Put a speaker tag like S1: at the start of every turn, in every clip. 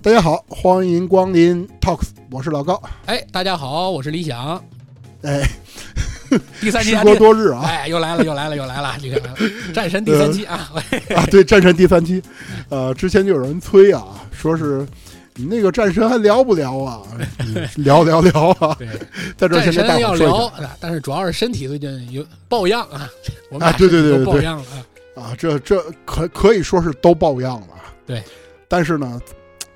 S1: 大家好，欢迎光临 Talks，我是老高。
S2: 哎，大家好，我是李想。
S1: 哎，
S2: 第三期
S1: 时
S2: 啊
S1: 隔
S2: 第
S1: 多日啊
S2: 哎，又来了，又来了，又来了，又来了！战神第三期啊，
S1: 啊！对，战神第三期，呃，之前就有人催啊，说是你那个战神还聊不聊 啊？嗯聊聊聊啊！
S2: 对，
S1: 在这儿先
S2: 战
S1: 跟
S2: 神
S1: 大
S2: 要
S1: 伙说一
S2: 聊
S1: 下，
S2: 啊但是主要是身体最近有抱恙啊， 我们
S1: 啊
S2: 俩
S1: 对对对
S2: 都
S1: 对
S2: 抱恙了啊。
S1: 啊，这这可可以说是都抱恙了。
S2: 对，
S1: 但是呢，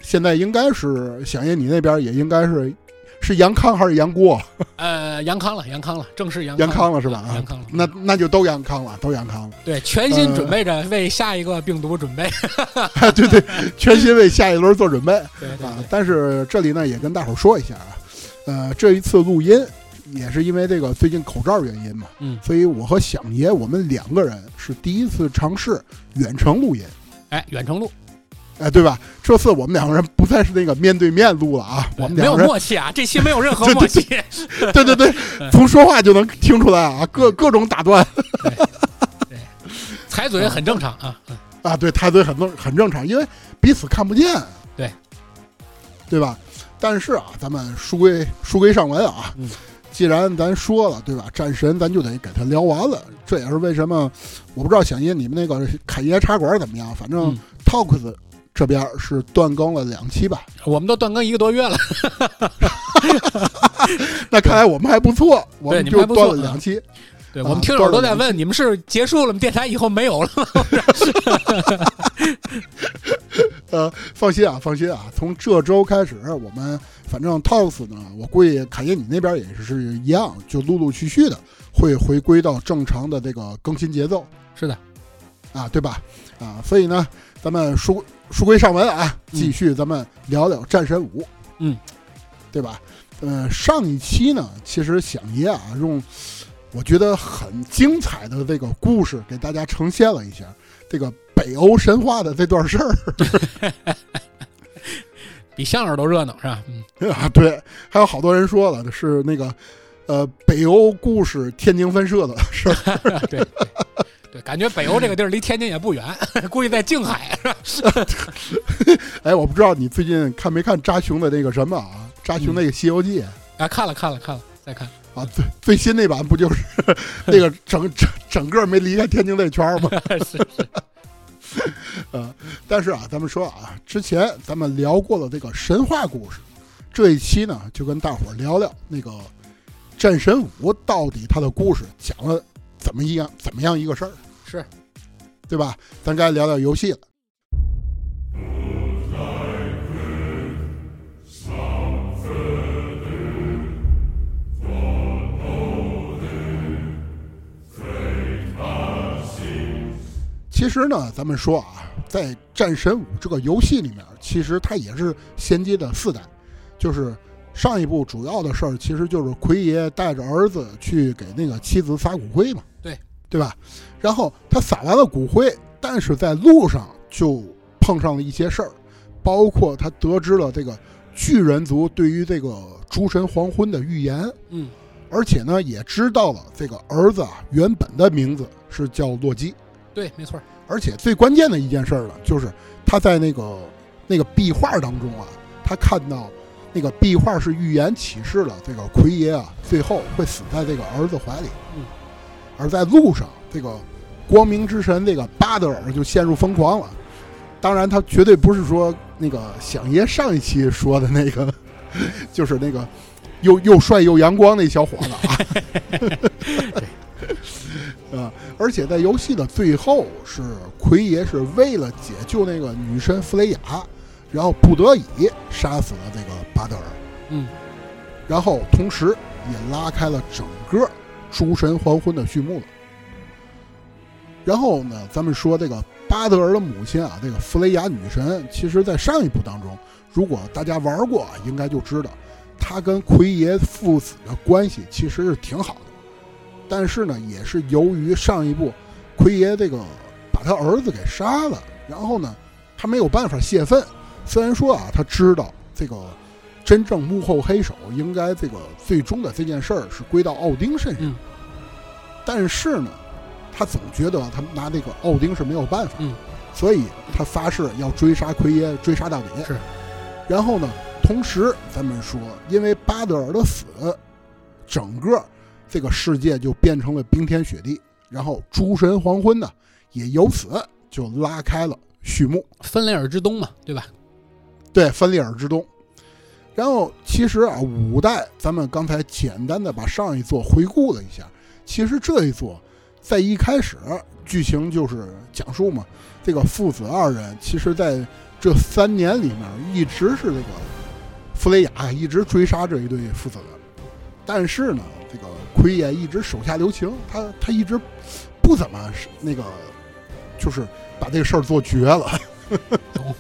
S1: 现在应该是响爷你那边也应该是是杨康还是杨郭？
S2: 呃，杨康了，杨康了，正式杨
S1: 杨康
S2: 了
S1: 了是吧？
S2: 杨
S1: 啊，
S2: 康了，
S1: 那呃那就都杨康了，都杨康了。
S2: 对，全心准备着为下一个病毒准备。
S1: 对对，全心为下一轮做准备。
S2: 对对
S1: 啊
S2: 对，，
S1: 但是这里呢也跟大伙儿说一下啊，呃，这一次录音也是因为这个最近口罩原因嘛，
S2: 嗯，
S1: 所以我和响爷我们两个人是第一次尝试远程录音，
S2: 哎，远程录，
S1: 哎，对吧？这次我们两个人不再是那个面对面录了啊，我们
S2: 没
S1: 两
S2: 有
S1: 个人，
S2: 默契啊，这期没有任 何
S1: 对
S2: 默哎
S1: 对
S2: 契。
S1: 对 对对，从说话就能听出来啊，各各种打断
S2: 踩嘴很正常啊，嗯
S1: 啊，对，插嘴很正很正常，因为彼此看不见，
S2: 对，
S1: 对吧？但是啊，咱们书归书归上文啊，
S2: 嗯
S1: 既然咱说了，对吧？战神咱就得给他聊完了，这也是为什么我不知道响爷你们那个侃爷茶馆怎么样，反正
S2: 嗯
S1: Talks 这边是断更了两期吧，
S2: 我们都断更一个多月了。
S1: 那看来我们还不错，我
S2: 对
S1: 们
S2: 你们
S1: 就
S2: 还不错
S1: 断了两期，
S2: 对
S1: 啊
S2: 我们听友都在问，你们是结束了吗？电台以后没有了吗？
S1: 呃，放心啊，放心啊，从这周开始，我们反正 Talks 呢，我估计凯爷你那边也是一样，就陆陆续续的会回归到正常的这个更新节奏
S2: 是的，
S1: 啊，对吧？啊，所以呢，咱们书书归上文啊，
S2: 嗯
S1: 继续咱们聊聊战神五，
S2: 嗯，
S1: 对吧？呃，上一期呢，其实响爷啊，用我觉得很精彩的这个故事给大家呈现了一下这个北欧神话的这段事儿。
S2: 比相声都热闹是吧？嗯，
S1: 啊，对，还有好多人说了是那个，呃，北欧故事天津分社的事儿，
S2: 对对，感觉北欧这个地儿离天津也不远，估计在静海。
S1: 哎，我不知道你最近看没看扎熊的那个什么啊？扎熊那个《西游记》
S2: 啊，看了看了看了，再看。
S1: 啊，最最新那版不就是 那个整整整个没离开天津这圈儿吗？
S2: 是
S1: 呃，但是啊，咱们说啊，之前咱们聊过了这个神话故事，这一期呢就跟大伙儿聊聊那个《战神五》到底它的故事讲了怎么一样怎么样一个事儿，
S2: 是，
S1: 对吧？咱该聊聊游戏了。其实呢，咱们说啊，在《战神五》这个游戏里面，其实它也是衔接的四代，就是上一部主要的事儿，其实就是奎爷带着儿子去给那个妻子撒骨灰嘛，
S2: 对
S1: 对吧？然后他撒完了骨灰，但是在路上就碰上了一些事儿，包括他得知了这个巨人族对于这个诸神黄昏的预言，
S2: 嗯，
S1: 而且呢，也知道了这个儿子啊原本的名字是叫洛基。
S2: 对，没错。
S1: 而且最关键的一件事儿呢，就是他在那个那个壁画当中啊，他看到那个壁画是预言启示了这个奎爷啊，最后会死在这个儿子怀里。
S2: 嗯，
S1: 而在路上，这个光明之神这个巴德尔就陷入疯狂了。当然，他绝对不是说那个响爷上一期说的那个， 就是那个又又帅又阳光那小伙子啊。啊，而且在游戏的最后，是奎爷是为了解救那个女神弗雷雅，然后不得已杀死了这个巴德尔，
S2: 嗯，
S1: 然后同时也拉开了整个诸神黄昏的序幕了。然后呢，咱们说这个巴德尔的母亲啊，这个弗雷雅女神，其实在上一部当中，如果大家玩过，应该就知道，她跟奎爷父子的关系其实是挺好的。但是呢，也是由于上一部奎爷这个把他儿子给杀了，然后呢，他没有办法泄愤。虽然说啊，他知道这个真正幕后黑手应该这个最终的这件事儿是归到奥丁身上，
S2: 嗯
S1: 但是呢，他总觉得他拿那个奥丁是没有办法，
S2: 嗯
S1: 所以他发誓要追杀奎爷，追杀到底。
S2: 是
S1: 然后呢，同时咱们说，因为巴德尔的死，整个这个世界就变成了冰天雪地，然后诸神黄昏呢，也由此就拉开了序幕。
S2: 芬雷尔之东嘛，对吧？
S1: 对，芬利尔之东。然后其实啊，五代咱们刚才简单的把上一座回顾了一下，其实这一座在一开始剧情就是讲述嘛，这个父子二人其实在这三年里面一直是这个弗雷雅一直追杀这一对父子的，但是呢，这个奎爷一直手下留情，他他一直不怎么是那个，就是把这个事儿做绝了。
S2: 懂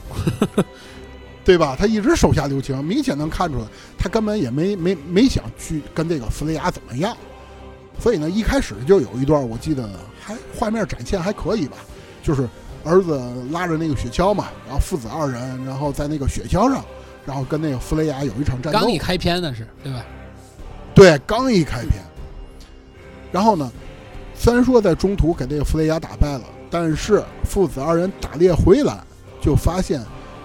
S1: 对吧？他一直手下留情，明显能看出来，他根本也没没没想去跟这个弗雷雅怎么样。所以呢，一开始就有一段，我记得还画面展现还可以吧，就是儿子拉着那个雪橇嘛，然后父子二人，然后在那个雪橇上，然后跟那个弗雷雅有一场战斗。
S2: 刚一开篇那是对吧？
S1: 对，刚一开篇。然后呢，虽然说在中途给这个弗雷雅打败了，但是父子二人打猎回来，就发现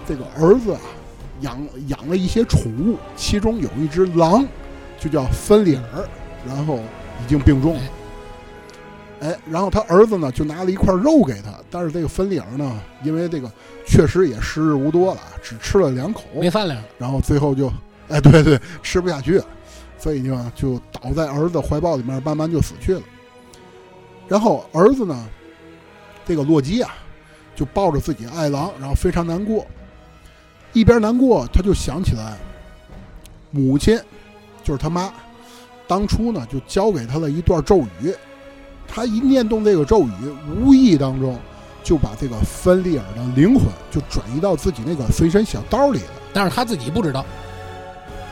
S1: 这个儿子啊养养了一些宠物，其中有一只狼，就叫芬里尔，然后已经病重了。哎，然后他儿子呢，就拿了一块肉给他，但是这个芬里尔呢，因为这个确实也时日无多了，啊只吃了两口，
S2: 没饭量，
S1: 然后最后就， 哎，对对，吃不下去，所以就就倒在儿子怀抱里面，慢慢就死去了。然后儿子呢，这个洛基啊，就抱着自己爱郎，然后非常难过，一边难过，他就想起来，母亲就是他妈，当初呢就教给他了一段咒语，他一念动这个咒语，无意当中。就把这个芬利尔的灵魂就转移到自己那个随身小刀里了。
S2: 但是他自己不知道，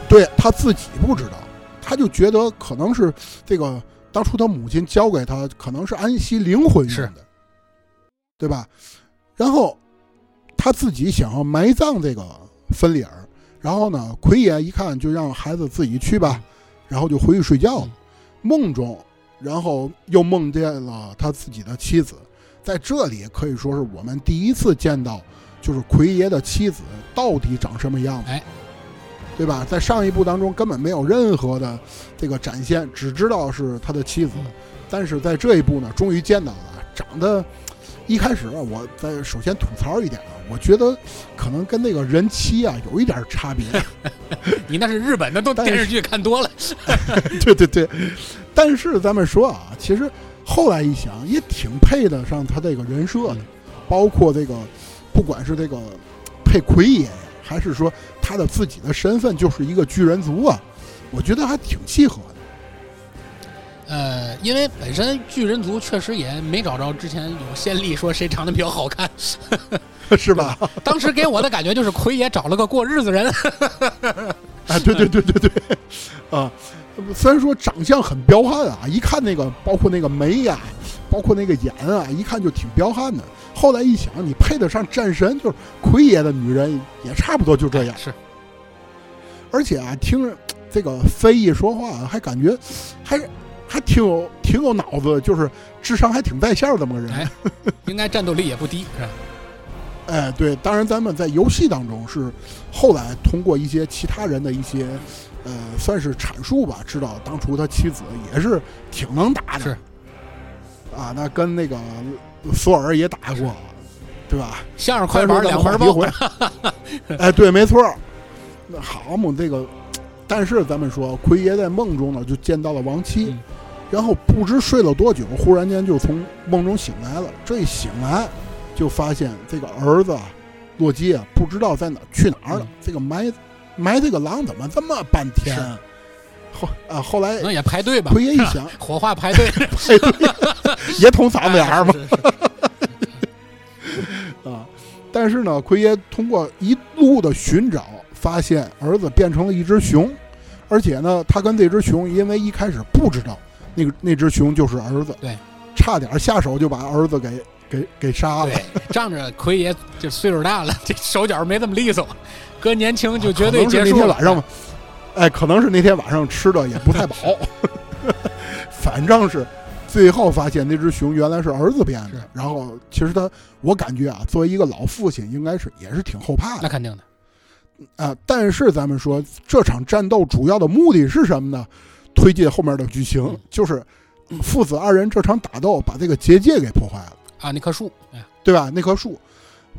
S1: 对他自己不知道，他就觉得可能是这个当初他母亲教给他，可能是安息灵魂用
S2: 是
S1: 的，对吧？然后他自己想要埋葬这个芬里尔，然后呢，奎爷一看就让孩子自己去吧，然后就回去睡觉了
S2: 嗯。
S1: 梦中，然后又梦见了他自己的妻子，在这里可以说是我们第一次见到，就是奎爷的妻子到底长什么样子，
S2: 哎
S1: 对吧？在上一部当中根本没有任何的这个展现，只知道是他的妻子
S2: 嗯，
S1: 但是在这一部呢，终于见到了，长得一开始啊我在首先吐槽一点啊，我觉得可能跟那个人妻啊有一点差别，
S2: 你那是日本的都
S1: 但是
S2: 电视剧看多了，
S1: 对对对，但是咱们说啊，其实后来一想，也挺配得上他这个人设的
S2: 嗯，
S1: 包括这个，不管是这个配奎爷呀，还是说他的自己的身份就是一个巨人族啊，我觉得还挺契合的。
S2: 呃，因为本身巨人族确实也没找着之前有先例说谁长得比较好看，
S1: 是吧？
S2: 当时给我的感觉就是奎爷找了个过日子人，
S1: 啊，对对对对对，啊，虽然说长相很彪悍啊，一看那个包括那个眉呀、包括那个眼啊，一看就挺彪悍的。后来一想，你配得上战神，就是奎爷的女人也差不多就这样。
S2: 是
S1: 而且啊，听着这个非议说话，啊还感觉还还挺有挺有脑子，就是智商还挺在线儿这么个人。
S2: 哎应该战斗力也不低，是吧？
S1: 哎，对，当然咱们在游戏当中是后来通过一些其他人的一些呃，算是阐述吧，知道当初他妻子也是挺能打的，
S2: 是
S1: 啊，那跟那个索尔也打过，对吧？
S2: 相声
S1: 快
S2: 快板两块
S1: 别
S2: 包，
S1: 回。 哎，对，没错儿。那好嘛，这个，但是咱们说，奎爷在梦中呢就见到了亡妻，
S2: 嗯
S1: 然后不知睡了多久，忽然间就从梦中醒来了。这一醒来，就发现这个儿子啊洛基啊，不知道在哪去哪儿了。
S2: 嗯
S1: 这个埋埋这个狼怎么这么半天啊？后啊，后来
S2: 可能也排队吧，
S1: 奎爷一
S2: 是吧
S1: 想，
S2: 火化排队，
S1: 哎，对也捅嗓子眼儿嘛。
S2: 是 是是
S1: 啊。但是呢，奎爷通过一路的寻找，发现儿子变成了一只熊，而且呢，他跟这只熊因为一开始不知道那个那只熊就是儿子，
S2: 对，
S1: 差点下手就把儿子给给给杀了。
S2: 对，仗着奎爷就岁数大了，这手脚没这么利索，搁年轻就绝对
S1: 可能是
S2: 结
S1: 那
S2: 束
S1: 天
S2: 了。
S1: 晚 上，哎，可能是那天晚上吃的也不太饱， 反正是最后发现那只熊原来是儿子变
S2: 是
S1: 的。然后其实他，我感觉啊，作为一个老父亲，应该是也是挺后怕的
S2: 那。肯定的，
S1: 啊、但是咱们说这场战斗主要的目的是什么呢？推进后面的剧情
S2: 嗯，
S1: 就是父子二人这场打斗把这个结界给破坏了，
S2: 啊，那棵树，哎，
S1: 对吧？那棵树，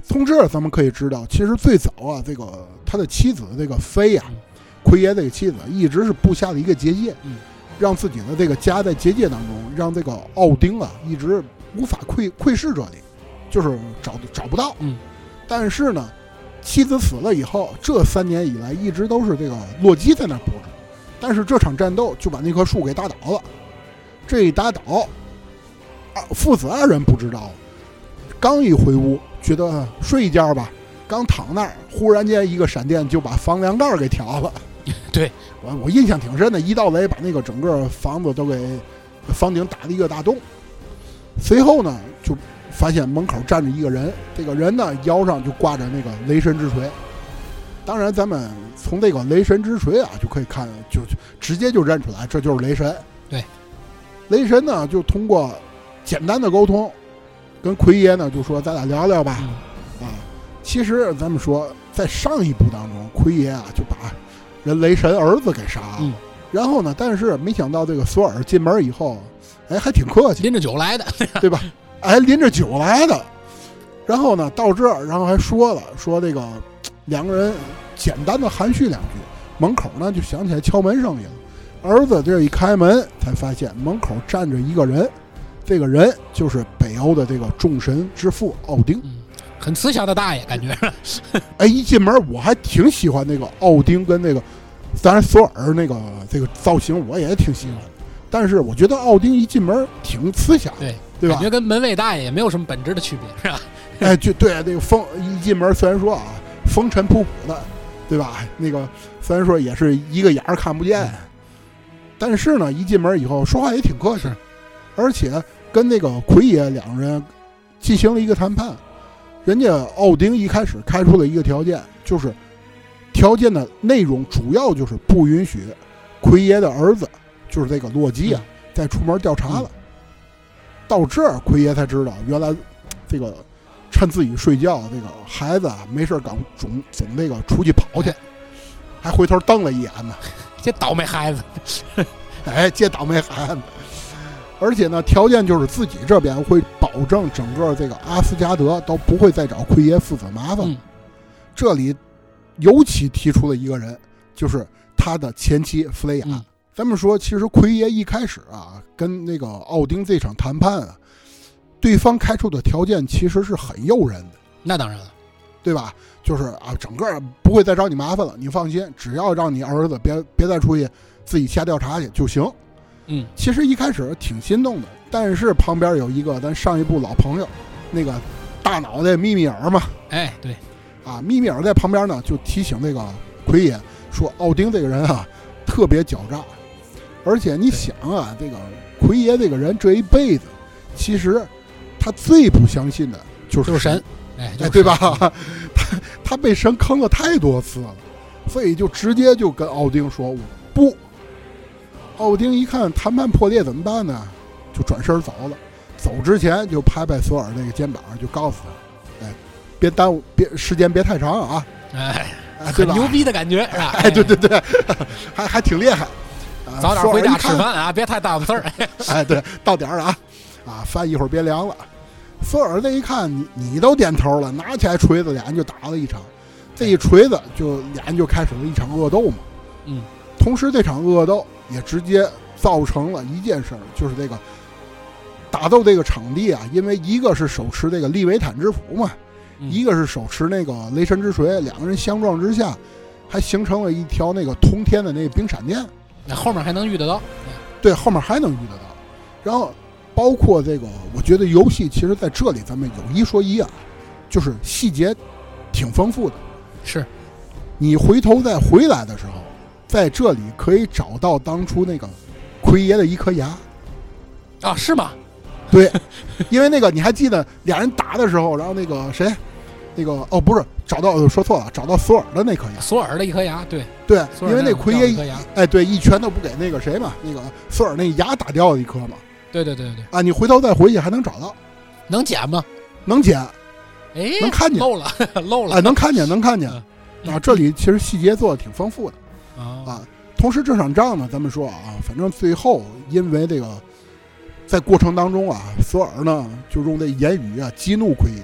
S1: 从这儿咱们可以知道，其实最早啊，这个他的妻子这个妃呀、
S2: 嗯
S1: 奎爷这个妻子一直是布下的一个结界，
S2: 嗯
S1: 让自己的这个家在结界当中，让这个奥丁啊一直无法窥窥视这里，就是找找不到。
S2: 嗯，
S1: 但是呢，妻子死了以后，这三年以来一直都是这个洛基在那儿布置，但是这场战斗就把那棵树给打倒了。这一打倒，啊，父子二人不知道，啊刚一回屋觉得啊睡一觉吧，刚躺那儿，忽然间一个闪电就把房梁盖儿给调了。
S2: 对
S1: 我我印象挺深的，一道雷把那个整个房子都给房顶打了一个大洞。随后呢，就发现门口站着一个人，这个人呢腰上就挂着那个雷神之锤。当然，咱们从这个雷神之锤啊，就可以看，就就直接就认出来，这就是雷神。
S2: 对，
S1: 雷神呢就通过简单的沟通，跟奎爷呢就说：“咱俩聊聊吧。”
S2: 嗯
S1: 啊，其实咱们说，在上一部当中，奎爷啊就把人雷神儿子给杀了，
S2: 嗯
S1: 然后呢，但是没想到这个索尔进门以后，哎，还挺客气，
S2: 拎着酒来的，
S1: 对吧？哎，拎着酒来的，然后呢，到这儿，然后还说了说这个两个人简单的含蓄两句，门口呢就响起来敲门声音了。儿子这一开门，才发现门口站着一个人，这个人就是北欧的这个众神之父奥丁。
S2: 嗯，很慈祥的大爷，感觉
S1: 哎，一进门我还挺喜欢那个奥丁跟那个，当然索尔那个这个造型我也挺喜欢的，但是我觉得奥丁一进门挺慈祥的，
S2: 对
S1: 对吧
S2: 感觉？跟门卫大爷也没有什么本质的区别，嗯是吧？
S1: 哎，就对那个风一进门虽然说啊风尘仆仆的，对吧？那个虽然说也是一个眼儿看不见，但是呢，一进门以后说话也挺客气
S2: 是，
S1: 而且跟那个奎爷两个人进行了一个谈判。人家奥丁一开始开出了一个条件，就是条件的内容主要就是不允许奎爷的儿子，就是这个洛基啊，再出门调查了。到这儿，奎爷才知道，原来这个趁自己睡觉，这个孩子啊没事儿搞总总那个出去跑去，还回头瞪了一眼呢。
S2: 这倒霉孩
S1: 啊
S2: 子，
S1: 哎，这倒霉孩子。而且呢，条件就是自己这边会保证整个这个阿斯加德都不会再找奎爷父子麻烦。
S2: 嗯
S1: 这里尤其提出了一个人，就是他的前妻弗雷亚。
S2: 嗯
S1: 咱们说，其实奎爷一开始啊，跟那个奥丁这场谈判啊，对方开出的条件其实是很诱人的，
S2: 那当然了，
S1: 对吧？就是啊，整个不会再找你麻烦了，你放心，只要让你儿子别别再出去自己瞎调查去就行。
S2: 嗯，
S1: 其实一开始挺心动的，但是旁边有一个咱上一部老朋友，那个大脑袋秘密尔嘛，
S2: 哎，对，
S1: 啊，秘密尔在旁边呢，就提醒这个奎爷说，奥丁这个人啊，特别狡诈，而且你想啊，这个奎爷这个人这一辈子，其实他最不相信的就是
S2: 就是神，哎，
S1: 哎，
S2: 就是
S1: 对吧？
S2: 神？
S1: 他他被神坑了太多次了，所以就直接就跟奥丁说我不。奥丁一看谈判破裂怎么办呢？就转身走了。走之前就拍拍索尔那个肩膀，就告诉他：“哎，别耽误，别时间别太长啊，
S2: 哎，
S1: 哎，对
S2: 很
S1: 吧？
S2: 牛逼的感觉，是吧？
S1: 哎，对对对， 还还挺厉害。啊
S2: 早点回家吃。
S1: 索尔一看
S2: 饭啊，别太耽误事儿。
S1: 哎，对，到点儿了啊，啊，饭一会儿别凉了。索尔这一看，你你都点头了，拿起来锤子，俩人就打了一场。这一锤子就俩人就开始了一场恶斗嘛。
S2: 嗯，
S1: 同时这场恶斗也直接造成了一件事儿，就是这个打斗这个场地啊，因为一个是手持这个利维坦之斧嘛，
S2: 嗯
S1: 一个是手持那个雷神之锤，两个人相撞之下，还形成了一条那个通天的那个冰闪电。
S2: 嗯那后面还能遇得到，
S1: 对，后面还能遇得到。然后包括这个，我觉得游戏其实在这里咱们有一说一啊，就是细节挺丰富的。
S2: 是
S1: 你回头再回来的时候，在这里可以找到当初那个奎爷的一颗牙。
S2: 啊，是吗？
S1: 对，因为那个你还记得俩人打的时候，然后那个谁，那个哦不是找到说错了，找到索尔的那颗牙。
S2: 索尔的一颗牙，对，
S1: 对，
S2: 索尔
S1: 因为那
S2: 掉
S1: 奎
S2: 了一
S1: 爷
S2: 颗牙，
S1: 哎对一拳都不给那个谁嘛，那个索尔那牙打掉了一颗嘛。
S2: 对对对对，
S1: 啊，你回头再回去还能找到。
S2: 能捡吗？
S1: 能捡，
S2: 哎，
S1: 能看见
S2: 漏了，漏了
S1: 哎，能看见，能看见
S2: 嗯。
S1: 啊，这里其实细节做的挺丰富的
S2: 啊，
S1: 啊。同时，这场仗呢，咱们说啊，反正最后因为这个，在过程当中啊，索尔呢就用这言语啊激怒奎爷，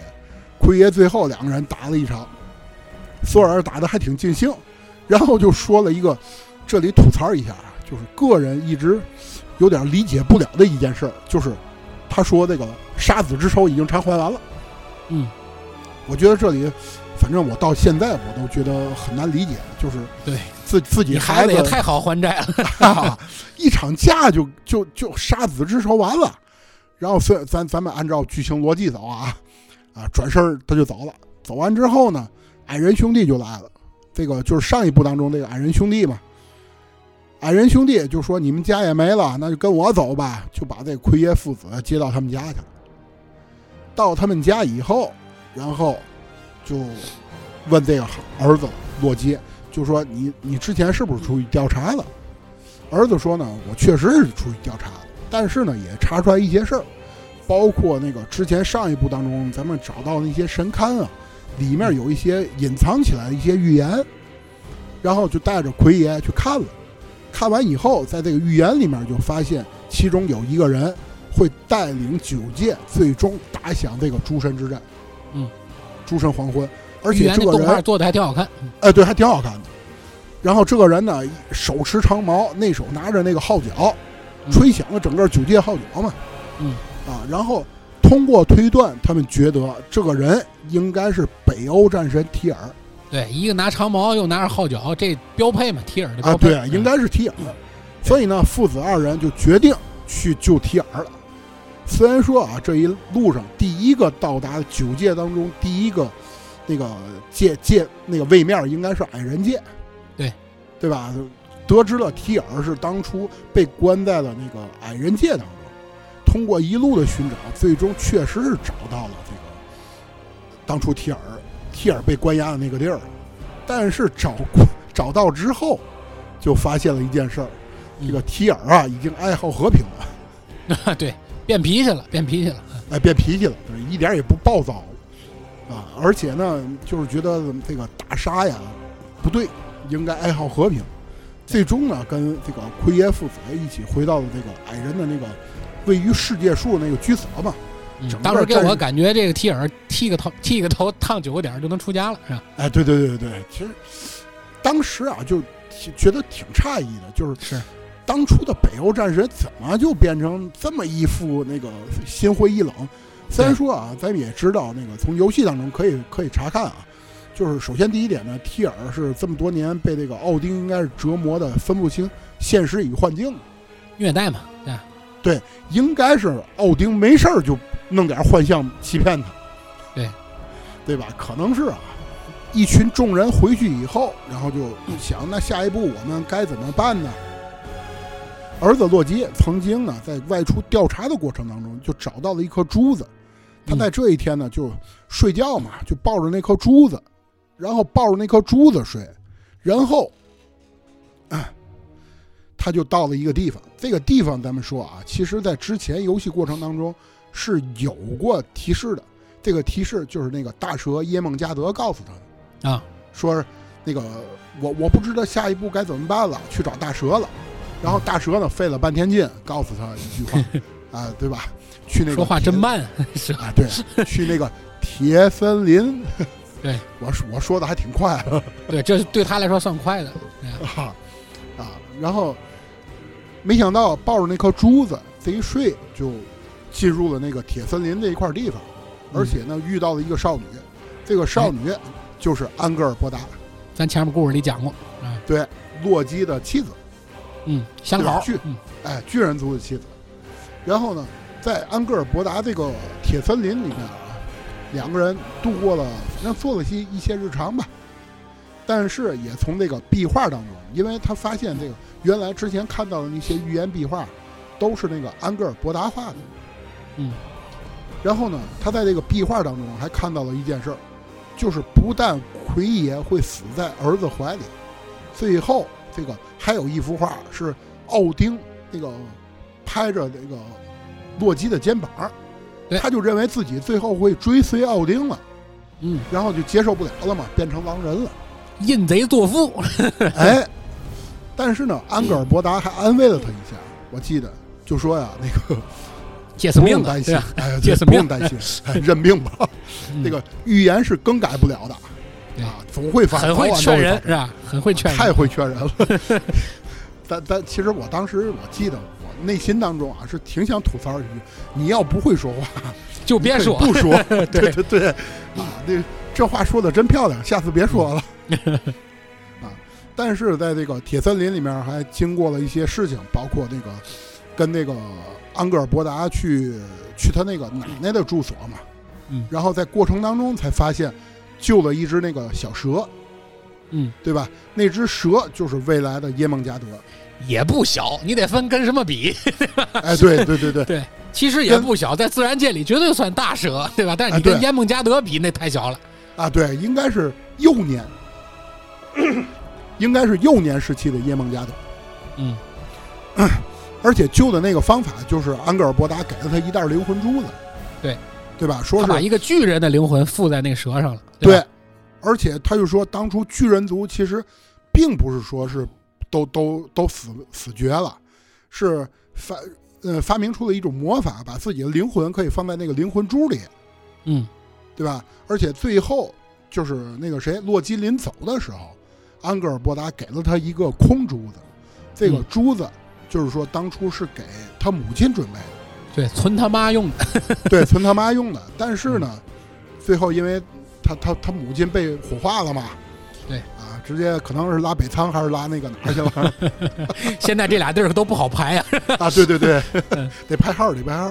S1: 奎爷最后两个人打了一场，索尔打的还挺尽兴，然后就说了一个，这里吐槽一下啊，就是个人一直有点理解不了的一件事儿，就是他说这个杀子之仇已经偿还完了。
S2: 嗯，
S1: 我觉得这里，反正我到现在我都觉得很难理解，就是
S2: 对
S1: 自自己
S2: 你孩
S1: 子
S2: 子也太好还债了，
S1: 啊， 一场架就就就杀子之仇完了。然后虽咱咱们按照剧情逻辑走啊，啊，转身儿他就走了。走完之后呢，矮人兄弟就来了。这个就是上一部当中这个矮人兄弟嘛。矮人兄弟就说：“你们家也没了，那就跟我走吧。”就把这奎爷父子接到他们家去了。到他们家以后，然后就问这个儿子洛基，就说你：“你之前是不是出去调查了？”儿子说呢，我确实是出去调查了，但是呢，也查出来一些事儿，包括那个之前上一部当中咱们找到的那些神龛啊，里面有一些隐藏起来的一些预言，然后就带着奎爷去看了，看完以后，在这个预言里面就发现其中有一个人会带领九界最终打响这个诸神之战，
S2: 嗯，
S1: 诸神黄昏，而
S2: 预
S1: 且
S2: 言
S1: 这
S2: 那
S1: 个
S2: 动
S1: 人
S2: 画做的还挺好看，
S1: 哎，对，还挺好看的。然后这个人呢，手持长矛，那手拿着那个号角，
S2: 嗯
S1: 吹响了整个九界号角嘛。
S2: 嗯，
S1: 啊，然后通过推断，他们觉得这个人应该是北欧战神提尔
S2: 对，一个拿长矛，又拿着号角，这标配嘛，提尔的
S1: 啊，
S2: 标配，
S1: 对，应该是提尔。所以呢，父子二人就决定去救提尔了。虽然说啊，这一路上第一个到达九界当中第一个那个界界那个位面应该是矮人界，
S2: 对
S1: 对吧？得知了提尔是当初被关在了那个矮人界当中，通过一路的寻找，最终确实是找到了这个当初提尔提尔被关押的那个地儿了。但是找找到之后，就发现了一件事儿，
S2: 嗯
S1: 这个提尔啊已经爱好和平了。
S2: 嗯 对，变脾气了，变脾气了，
S1: 哎，变脾气了，就是一点儿也不暴躁了啊！而且呢，就是觉得这个大杀呀不对，应该爱好和平。最终呢，跟这个奎爷父子一起回到了这个矮人的那个位于世界树那个居所嘛。
S2: 嗯
S1: 整个
S2: 当时给
S1: 战
S2: 我
S1: 士
S2: 感觉这个提尔剃个头，剃个头烫九个点儿就能出家了，是吧？
S1: 哎，对对对对对，其实当时啊就挺觉得挺诧异的，就是
S2: 是，
S1: 当初的北欧战神怎么就变成这么一副那个心灰意冷？虽然说啊，咱们也知道那个从游戏当中可以可以查看啊，就是首先第一点呢，提尔是这么多年被这个奥丁应该是折磨的分不清现实与幻境，
S2: 虐待嘛，对吧，
S1: 应该是奥丁没事儿就弄点幻象欺骗他，
S2: 对
S1: 对吧？可能是啊，一群众人回去以后，然后就想那下一步我们该怎么办呢？儿子洛基曾经呢在外出调查的过程当中，就找到了一颗珠子。他
S2: 嗯
S1: 在这一天呢就睡觉嘛，就抱着那颗珠子，然后抱着那颗珠子睡，然后，哎，他就到了一个地方。这个地方咱们说啊，其实在之前游戏过程当中是有过提示的。这个提示就是那个大蛇耶梦加德告诉他的
S2: 啊，
S1: 说是那个我我不知道下一步该怎么办了，去找大蛇了。然后大蛇呢费了半天劲，告诉他一句 话啊，对吧？去那个
S2: 说话真
S1: 铁
S2: 慢，是吧？
S1: 啊，对，去那个铁森林。
S2: 对，
S1: 我说我说的还挺快啊的
S2: 对，这是对他来说算快的，
S1: 啊 啊，然后没想到抱着那颗珠子，这一睡就进入了那个铁森林这一块地方，而且呢遇到了一个少女，这个少女就是安格尔伯达，
S2: 咱前面故事里讲过，
S1: 洛基的妻子。
S2: 嗯，相
S1: 对吧
S2: 好，
S1: 去
S2: 嗯，
S1: 哎，巨人族的妻子。然后呢，在安格尔伯达这个铁森林里面啊，两个人度过了，反正做了些一些日常吧。但是也从这个壁画当中，因为他发现这个原来之前看到的那些预言壁画，都是那个安格尔伯达画的。
S2: 嗯。
S1: 然后呢，他在这个壁画当中还看到了一件事儿，就是不但奎爷会死在儿子怀里，最后这个还有一幅画是奥丁那个拍着那个洛基的肩膀儿
S2: 对，
S1: 他就认为自己最后会追随奥丁了，
S2: 嗯，
S1: 然后就接受不了了嘛，变成狼人了。
S2: 印贼作父，
S1: 哎，但是呢，安格尔伯达还安慰了他一下，我记得就说呀，那个
S2: 借此
S1: 不
S2: 命
S1: 用
S2: 啊
S1: 担
S2: 对
S1: 心
S2: 吧？，
S1: 哎，
S2: 借
S1: 对
S2: 此
S1: 不
S2: 命
S1: 用担心，哎认命吧。
S2: 嗯
S1: 这个预言是更改不了的
S2: 对
S1: 啊，总会发，
S2: 很会
S1: 早晚都
S2: 劝
S1: 会
S2: 人
S1: 发
S2: 是吧？很会劝
S1: 太
S2: 人，
S1: 会劝人了。 但但其实我当时我记得，我内心当中啊是挺想吐槽一句：你要不会说话，
S2: 就
S1: 你
S2: 别
S1: 可以
S2: 说，
S1: 不 说，对
S2: 对
S1: 对对，啊，这这话说的真漂亮，下次别说了。 啊，但是在这个铁森林里面还经过了一些事情，包括那个跟那个安格尔伯达去去他那个奶奶的住所嘛，
S2: 嗯
S1: 然后在过程当中才发现救了一只那个小蛇，
S2: 嗯，
S1: 对吧？那只蛇就是未来的耶孟加 德，
S2: 也不小，你得分跟什么比？
S1: 哎，对对对对，
S2: 其实也不小，在自然界里绝对算大蛇，对吧？但是
S1: 哎
S2: 你
S1: 对
S2: 跟烟梦加德比，那太小了。
S1: 啊，对，应该是幼年，应该是幼年时期的耶梦加德。
S2: 嗯，
S1: 而且救的那个方法就是安格尔伯达给了他一袋灵魂珠子，
S2: 对
S1: 对吧？说
S2: 他把
S1: 是
S2: 一个巨人的灵魂附在那个蛇上了，吧
S1: 对，而且他就说当初巨人族其实并不是说是都都都死死绝了，是发呃发明出了一种魔法，把自己的灵魂可以放在那个灵魂珠里，
S2: 嗯，
S1: 对吧？而且最后就是那个谁，洛基临走的时候，安格尔伯达给了他一个空珠子，这个
S2: 嗯
S1: 珠子就是说当初是给他母亲准备 的，
S2: 对，存他妈用的，
S1: 对，存他妈用的。 但是呢，
S2: 嗯
S1: 最后因为他他他母亲被火化了嘛，
S2: 对
S1: 啊，直接可能是拉北仓还是拉那个哪儿去 了
S2: 现在这俩地儿都不好排啊。
S1: 啊？对对对
S2: 嗯，
S1: 得排号，得排号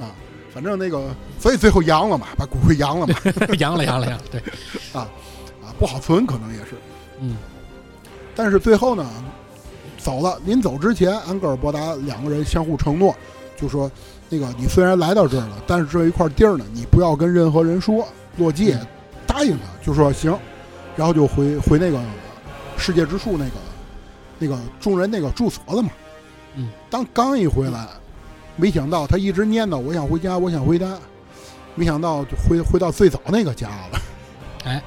S1: 啊。反正那个，所以最后扬了嘛，把骨灰扬了嘛，
S2: 扬了扬了扬了， 对，
S1: 啊，不好存，可能也是。
S2: 嗯
S1: 但是最后呢，走了。临走之前，安格尔伯达两个人相互承诺，就说：“那个你虽然来到这儿了，但是这一块地儿呢，你不要跟任何人说。”洛基也
S2: 嗯
S1: 答应他，就说行，然后就回回那个世界之树那个那个众人那个住所了嘛。
S2: 嗯，
S1: 当刚一回来，没想到他一直念叨我想回家，我想回家，没想到就回回到最早那个家了。
S2: 哎，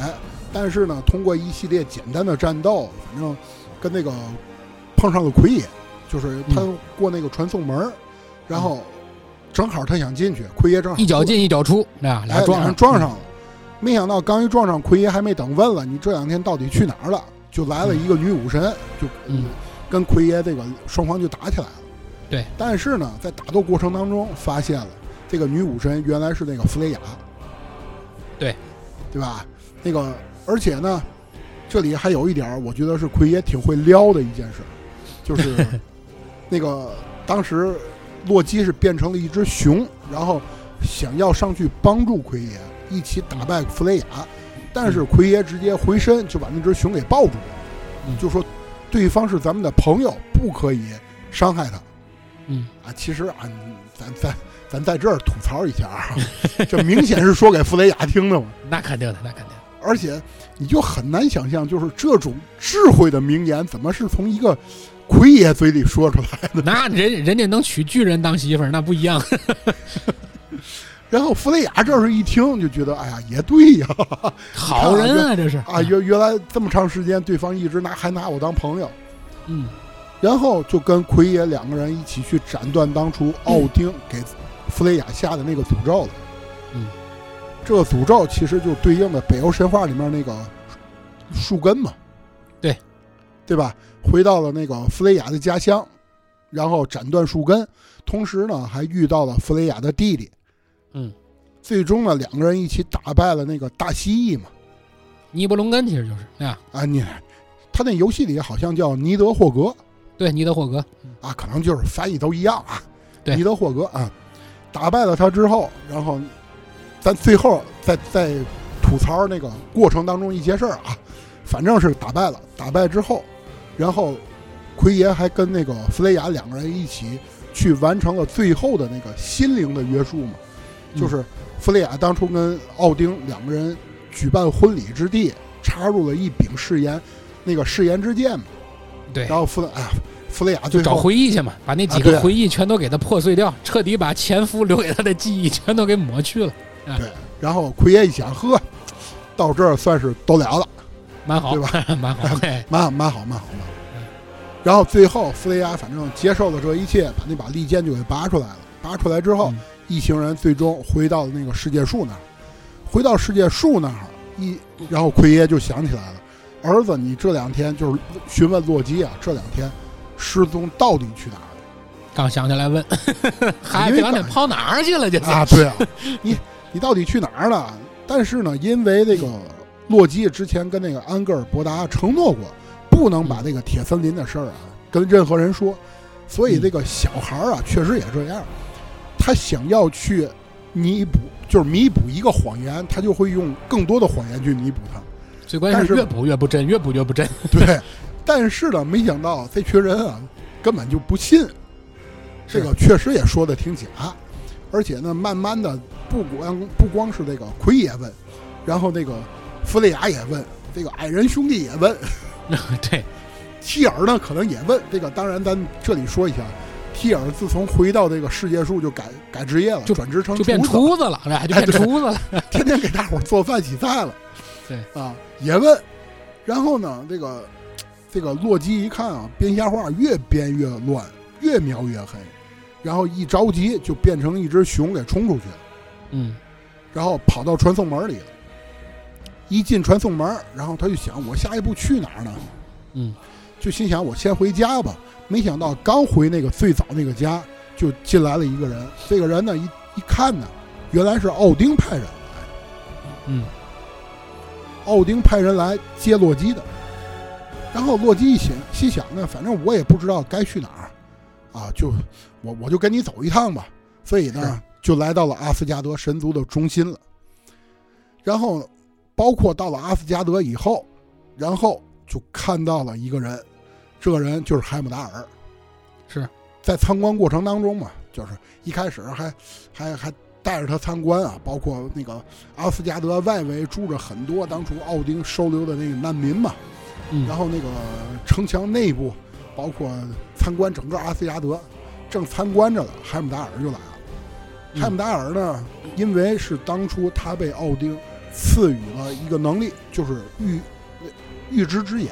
S1: 哎，但是呢，通过一系列简单的战斗，反正跟那个碰上了奎爷，就是他
S2: 嗯
S1: 过那个传送门儿，然后正好他想进去，奎爷正好
S2: 一脚进一脚出，啊，
S1: 哎，
S2: 俩
S1: 撞
S2: 撞
S1: 上
S2: 上
S1: 撞上，了。没想到刚一撞上，奎爷还没等问了，你这两天到底去哪儿了？就来了一个女武神，就
S2: 嗯
S1: 跟奎爷这个双方就打起来了。
S2: 对，
S1: 但是呢，在打斗过程当中发现了这个女武神原来是那个弗雷雅，
S2: 对，
S1: 对吧？那个而且呢，这里还有一点儿，我觉得是奎爷挺会撩的一件事，就是 那个当时洛基是变成了一只熊，然后想要上去帮助奎爷一起打败弗雷雅，但是奎爷直接回身就把那只熊给抱住了
S2: 嗯，
S1: 就说对方是咱们的朋友，不可以伤害他。
S2: 嗯，
S1: 啊，其实啊，你咱咱咱在这儿吐槽一下啊， 这明显是说给弗雷雅听的嘛。
S2: 那肯定的，那肯定的，
S1: 而且你就很难想象，就是这种智慧的名言，怎么是从一个奎爷嘴里说出来？
S2: 那人人家能娶巨人当媳妇儿，那不一样，
S1: 然后弗雷雅这是一听就觉得，哎呀，也对呀，
S2: 好人啊，这是
S1: 啊，原原来这么长时间，对方一直拿还拿我当朋友，
S2: 嗯，
S1: 然后就跟奎爷两个人一起去斩断当初奥丁给弗雷雅下的那个诅咒了。
S2: 嗯，
S1: 这个诅咒其实就对应的北欧神话里面那个树根嘛。
S2: 对，
S1: 对吧？回到了那个弗雷雅的家乡，然后斩断树根，同时呢还遇到了弗雷雅的弟弟。
S2: 嗯，
S1: 最终呢两个人一起打败了那个大蜥蜴嘛。
S2: 尼伯龙根其实就是对吧？
S1: 啊，你他那游戏里好像叫尼德霍格。
S2: 对，尼德霍格，
S1: 啊，可能就是翻译都一样啊。
S2: 对
S1: 尼德霍格啊，打败了他之后，然后咱最后再再吐槽那个过程当中一些事儿啊，反正是打败了，打败之后，然后奎爷还跟那个弗雷雅两个人一起去完成了最后的那个心灵的约束嘛，
S2: 嗯
S1: 就是弗雷雅当初跟奥丁两个人举办婚礼之地，插入了一柄誓言，那个誓言之剑嘛，
S2: 对
S1: 然，后弗雷哎呀，弗雷雅
S2: 就
S1: 最
S2: 找
S1: 后
S2: 回忆去嘛，把那几
S1: 啊对
S2: 个回忆全都给他破碎掉，彻底把前夫留给他的记忆全都给抹去了。
S1: 对，然后奎爷一想，呵，到这儿算是都了了，
S2: 蛮好，
S1: 对
S2: 吧？ 蛮好，哎，
S1: 蛮好蛮好蛮好蛮好。然后最后弗雷亚反正接受了这一切，把那把利剑就给拔出来了。拔出来之后，
S2: 嗯
S1: 一行人最终回到了那个世界树那儿。回到世界树那儿，一然后奎爷就想起来了，儿子，你这两天就是询问洛基啊，这两天失踪到底去哪儿了？
S2: 刚想起 来问，嗨，
S1: 因
S2: 这
S1: 为
S2: 两天跑哪儿去了？这是
S1: 啊，对啊，你你到底去哪儿了？但是呢，因为那个洛基之前跟那个安格尔伯达承诺过，不能把那个铁森林的事儿啊跟任何人说，所以这个小孩儿啊确实也这样，他想要去弥补，就是弥补一个谎言，他就会用更多的谎言去弥补它。
S2: 最关键
S1: 但是
S2: 是越补越不真，越补越不真。
S1: 对，但是呢，没想到这群人啊，根本就不信。这个确实也说的挺假，而且呢，慢慢的不光不光是这个奎也问，然后那个弗雷雅也问，这个矮人兄弟也问，
S2: 对，
S1: 提尔呢可能也问。这个当然咱这里说一下，提尔自从回到这个世界树就改改职业了，
S2: 就
S1: 转职成
S2: 就变
S1: 厨子了
S2: 厨子了，哎，就变
S1: 对
S2: 厨 子了。
S1: 天天给大伙儿做饭洗菜了，
S2: 对
S1: 啊，也问。然后呢，这个这个洛基一看啊，编瞎话越编越乱，越描越黑，然后一着急就变成一只熊给冲出去了，
S2: 嗯，
S1: 然后跑到传送门里了。一进传送门，然后他就想，我下一步去哪儿呢？
S2: 嗯，
S1: 就心想我先回家吧。没想到刚回那个最早那个家，就进来了一个人。这个人呢，一一看呢，原来是奥丁派人来。
S2: 嗯，
S1: 奥丁派人来接洛基的。然后洛基一想，心想呢，反正我也不知道该去哪儿，啊，就我我就跟你走一趟吧。所以呢，就来到了阿斯加德神族的中心了。然后，包括到了阿斯加德以后，然后就看到了一个人，这个人就是海姆达尔。
S2: 是
S1: 在参观过程当中嘛，就是一开始还还还带着他参观啊，包括那个阿斯加德外围住着很多当初奥丁收留的那个难民嘛，
S2: 嗯
S1: 然后那个城墙内部，包括参观整个阿斯加德，正参观着了，海姆达尔就来了。
S2: 嗯
S1: 海姆达尔呢，因为是当初他被奥丁赐予了一个能力，就是预预知之眼，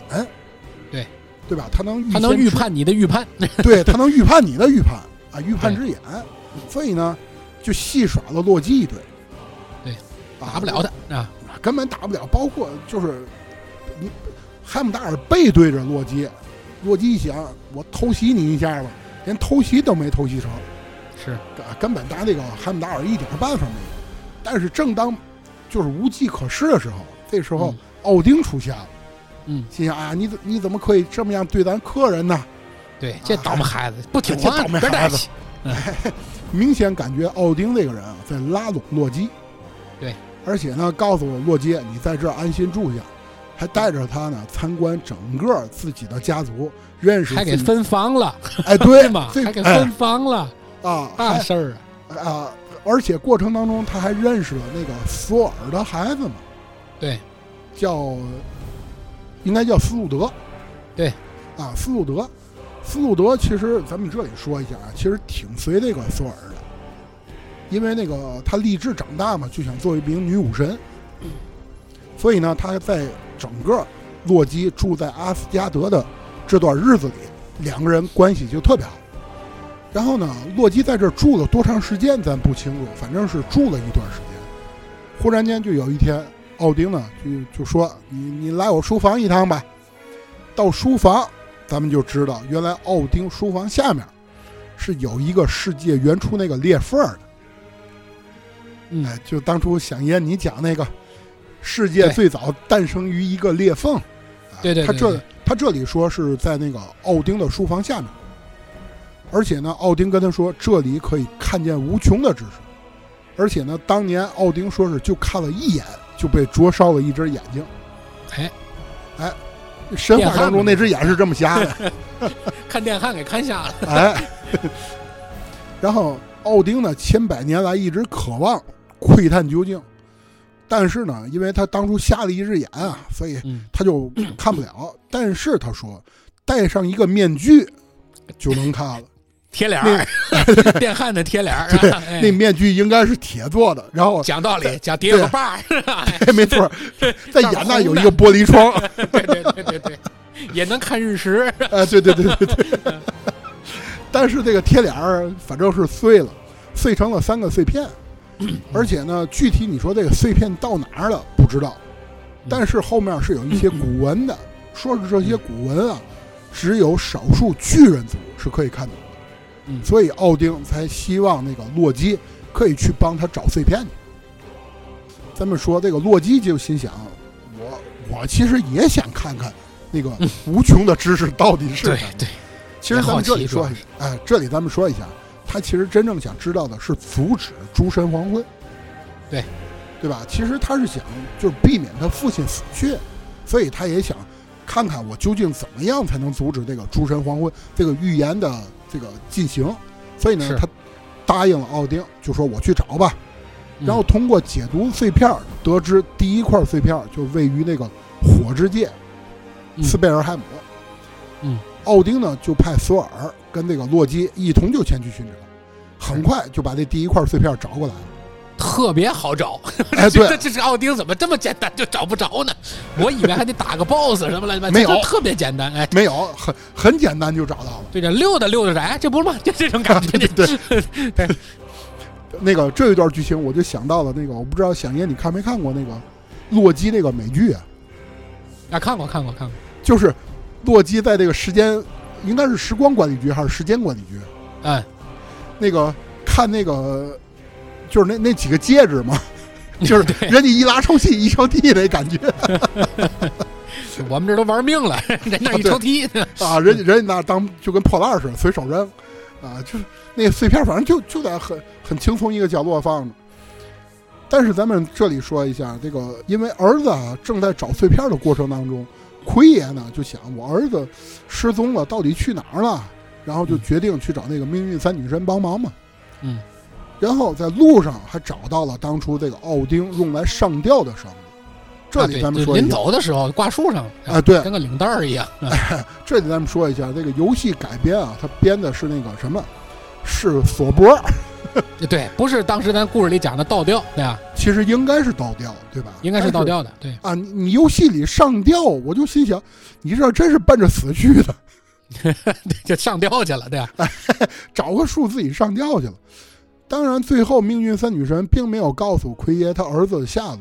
S2: 对
S1: 对吧？他能先
S2: 他能预
S1: 知
S2: 判你的预判。
S1: 对他能预判你的预判啊，预判
S2: 对
S1: 之眼，所以呢，就戏耍了洛基一顿，
S2: 对，
S1: 啊、
S2: 打不了他啊！
S1: 根本打不了。包括就是你海姆达尔背对着洛基，洛基一想，我偷袭你一下吧，连偷袭都没偷袭成，
S2: 是，
S1: 啊根本拿那个海姆达尔一点办法没有。但是正当就是无计可施的时候，这时候
S2: 嗯
S1: 奥丁出现了，
S2: 嗯，
S1: 心想啊，你怎你怎么可以这么样对咱客人呢？
S2: 对，这倒霉孩子不听
S1: 啊这
S2: 话，
S1: 倒霉
S2: 别
S1: 孩
S2: 待
S1: 子
S2: 气。
S1: 明显感觉奥丁这个人啊在拉拢洛基，
S2: 对，
S1: 而且呢告诉我洛基你在这儿安心住下，还带着他呢参观整个自己的家族，认识
S2: 还给
S1: 自己
S2: 分房了，
S1: 哎对
S2: 嘛？
S1: 这
S2: 还给分房了，
S1: 啊
S2: 大事儿啊！
S1: 还啊，而且过程当中他还认识了那个索尔的孩子嘛，
S2: 对，
S1: 叫应该叫斯路德，
S2: 对，
S1: 啊斯路德，斯路德其实咱们这里说一下啊，其实挺随这个索尔的，因为那个他立志长大嘛，就想做一名女武神，所以呢，他在整个洛基住在阿斯加德的这段日子里，两个人关系就特别好。然后呢，洛基在这儿住了多长时间咱不清楚，反正是住了一段时间。忽然间就有一天，奥丁呢就就说：“你你来我书房一趟吧。”到书房，咱们就知道原来奥丁书房下面是有一个世界原初那个裂缝儿的。
S2: 嗯
S1: 哎，就当初想爷你讲那个世界
S2: 对
S1: 最早诞生于一个裂缝。啊
S2: 对对对
S1: 他这
S2: 对
S1: 他这里说是在那个奥丁的书房下面，而且呢，奥丁跟他说这里可以看见无穷的知识，而且呢，当年奥丁说是就看了一眼就被灼烧了一只眼睛，
S2: 哎，
S1: 神
S2: 电
S1: 话
S2: 焊
S1: 当中
S2: 嘛
S1: 那只眼是这么瞎的，
S2: 看电焊给看瞎了。
S1: 哎， 然后奥丁呢，千百年来一直渴望窥探究竟，但是呢，因为他当初瞎了一只眼啊，所以
S2: 嗯，
S1: 他就 看不了。但是他说，戴上一个面具就能看了。
S2: 贴脸儿， 电焊的贴脸 儿，
S1: 对
S2: 啊哎
S1: 那面具应该是铁做的，然 后
S2: 讲道理，讲叠个把儿，
S1: 哎，没错儿， 在
S2: 上
S1: 眼那
S2: 红
S1: 有
S2: 的
S1: 一个玻璃 窗，
S2: 对对对对对，也能看日食，
S1: 哎，对对对对对。但是这个贴脸儿反正是碎了，碎成了三个碎 片，而且呢，具体你说这个碎片到哪儿了不知道，
S2: 嗯
S1: 但是后面是有一些古文的，说是这些古文啊，只有少数巨人族是可以看懂
S2: 嗯
S1: 的，所以奥丁才希望那个洛基可以去帮他找碎片去。咱们说这个洛基就心想，我我其实也想看看那个无穷的知识到底是
S2: 对
S1: 什么。
S2: 对，
S1: 其实咱们这里
S2: 好奇主
S1: 说
S2: 要是，
S1: 哎，这里咱们说一下，他其实真正想知道的是阻止诸神黄昏，
S2: 对，
S1: 对吧？其实他是想就是避免他父亲死去，所以他也想看看我究竟怎么样才能阻止这个诸神黄昏这个预言的这个进行。所以呢
S2: 是，
S1: 他答应了奥丁，就说我去找吧。
S2: 嗯
S1: 然后通过解读碎片儿，得知第一块碎片儿就位于那个火之界，
S2: 嗯
S1: 斯贝尔海姆。
S2: 嗯，
S1: 奥丁呢就派索尔跟那个洛基一同就前去寻找，很快就把这第一块碎片儿找过 来了。
S2: 特别好找，
S1: 哎，
S2: 这这
S1: 对，
S2: 这是奥丁怎么这么简单就找不着呢？我以为还得打个 boss 什么乱七八糟，
S1: 没有
S2: 这特别简单，哎。
S1: 没有，很很简单就找到了。
S2: 对着溜达溜达着，哎，这不是吗？就这种感觉，
S1: 对对
S2: 对对，
S1: 那个这一段剧情，我就想到了那个，我不知道响爷你看没看过那个洛基那个美剧啊，
S2: 啊，看过看过看过，
S1: 就是洛基在这个时间，应该是时光管理局还是时间管理局？
S2: 嗯，
S1: 那个看那个，就是那那几个戒指嘛， 就是
S2: 对
S1: 人家一拉抽屉一抽屉那感觉
S2: 我们这都玩命了，人那一抽屉，
S1: 啊，人家人家那当就跟破烂似的，随手扔啊，就是那碎片，反正就就在很很轻松一个角落放着。但是咱们这里说一下，这个因为儿子啊正在找碎片的过程当中，奎爷呢就想我儿子失踪了，到底去哪儿了？然后就
S2: 嗯
S1: 决定去找那个命运三女神帮忙嘛。
S2: 嗯，
S1: 然后在路上还找到了当初这个奥丁用来上吊的绳子。这
S2: 啊
S1: 里
S2: 对
S1: 咱们
S2: 就
S1: 说一
S2: 临
S1: 下，
S2: 走的时候挂树上
S1: 啊对
S2: 跟个领带儿一样，啊
S1: 这里咱们说一下，这个游戏改编啊，它编的是那个什么，是索博，
S2: 对，不是当时咱故事里讲的倒吊，对吧？
S1: 其实应该是倒吊，对吧？
S2: 应该是倒
S1: 但
S2: 吊的，对，
S1: 啊！你你游戏里上吊，我就心想，你这真是奔着死去的，
S2: 就上吊去了，对 吧？
S1: 找个树自己上吊去了。当然，最后命运三女神并没有告诉奎爷他儿子的下落，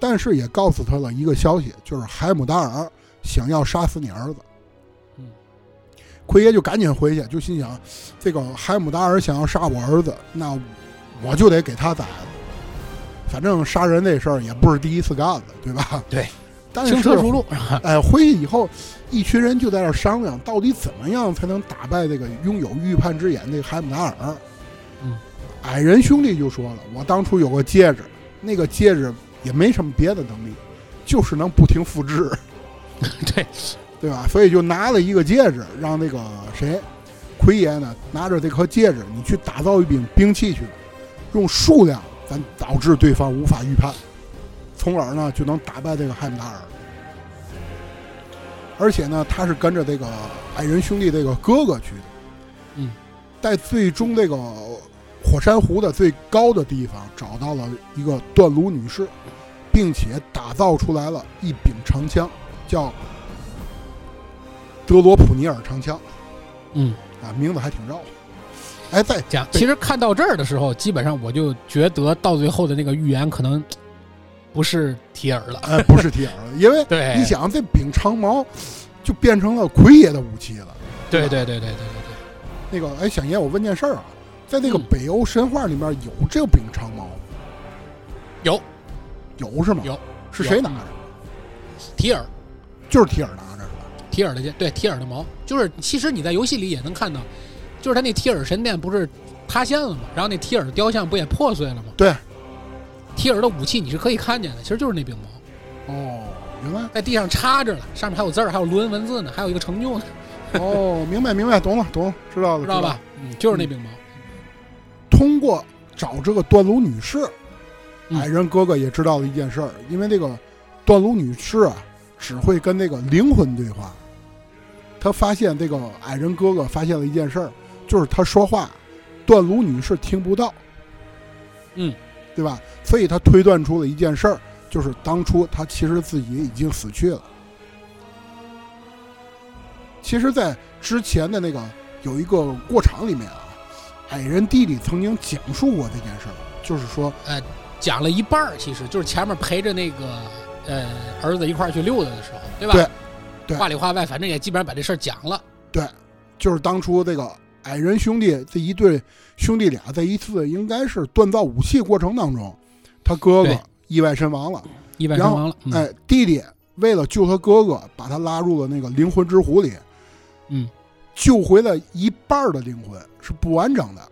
S1: 但是也告诉他了一个消息，就是海姆达尔想要杀死你儿子。
S2: 嗯，
S1: 奎爷就赶紧回去，就心想，这个海姆达尔想要杀我儿子，那我就得给他宰了。反正杀人这事儿也不是第一次干了，对吧？
S2: 对。
S1: 但是
S2: 轻车熟路，
S1: 哎，回去以后，一群人就在那儿商量，到底怎么样才能打败这个拥有预判之眼的海姆达尔。
S2: 嗯，
S1: 矮人兄弟就说了，我当初有个戒指，那个戒指也没什么别的能力，就是能不停复制，
S2: 对，
S1: 对吧？所以就拿了一个戒指，让那个谁，奎爷呢，拿着这颗戒指，你去打造一柄兵器去吧，用数量咱导致对方无法预判，从而呢就能打败这个海姆达尔。而且呢，他是跟着这个矮人兄弟这个哥哥去的。
S2: 嗯，
S1: 在最终这个火山湖的最高的地方找到了一个断炉女士，并且打造出来了一柄长枪，叫德罗普尼尔长枪
S2: 嗯，
S1: 啊，名字还挺绕。哎，在
S2: 讲，其实看到这儿的时候，基本上我就觉得到最后的那个预言可能不是提尔了，
S1: 呃不是提尔，因为
S2: 对，
S1: 你想这柄长矛就变成了奎爷的武器了。
S2: 对对对对对
S1: 那
S2: 对
S1: 个哎，响爷，我问件事儿啊，在那个
S2: 嗯
S1: 北欧神话里面有这柄长矛吗？
S2: 有
S1: 有是吗？
S2: 有，
S1: 是
S2: 有
S1: 谁拿着？
S2: 对，提尔，
S1: 就是提尔拿着是吧？
S2: 提尔的剑，对提尔的矛，就是其实你在游戏里也能看到，就是他那提尔神殿不是塌陷了吗？然后那提尔雕像不也破碎了吗？
S1: 对，
S2: 提尔的武器你是可以看见的，其实就是那柄矛
S1: 哦，原 来
S2: 在地上插着了，上面还有字儿，还有卢恩文字呢，还有一个成就呢，
S1: 哦，明白明白，懂了懂了，知道了
S2: 知道吧？？嗯，就是那柄矛。
S1: 通过找这个段炉女士，
S2: 嗯
S1: 矮人哥哥也知道了一件事儿，因为那个段炉女士啊，只会跟那个灵魂对话。他发现这个矮人哥哥发现了一件事儿，就是他说话，段卢女士听不到，
S2: 嗯，
S1: 对吧？所以他推断出了一件事儿，就是当初他其实自己已经死去了。其实，在之前的那个有一个过场里面啊，矮人弟弟曾经讲述过这件事儿，就是说
S2: 讲了一半儿，其实就是前面陪着那个呃儿子一块儿去溜达的时候，对吧？
S1: 对对
S2: 话里话外，反正也基本上把这事儿讲了。
S1: 就是当初这个矮人兄弟这一对兄弟俩在一次应该是锻造武器过程当中，他哥哥
S2: 对
S1: 意外身亡了。
S2: 意外身
S1: 然后
S2: 亡了，嗯、
S1: 哎，弟弟为了救他哥哥，把他拉入了那个灵魂之湖里。
S2: 嗯，
S1: 救回了一半儿的灵魂是不完整的。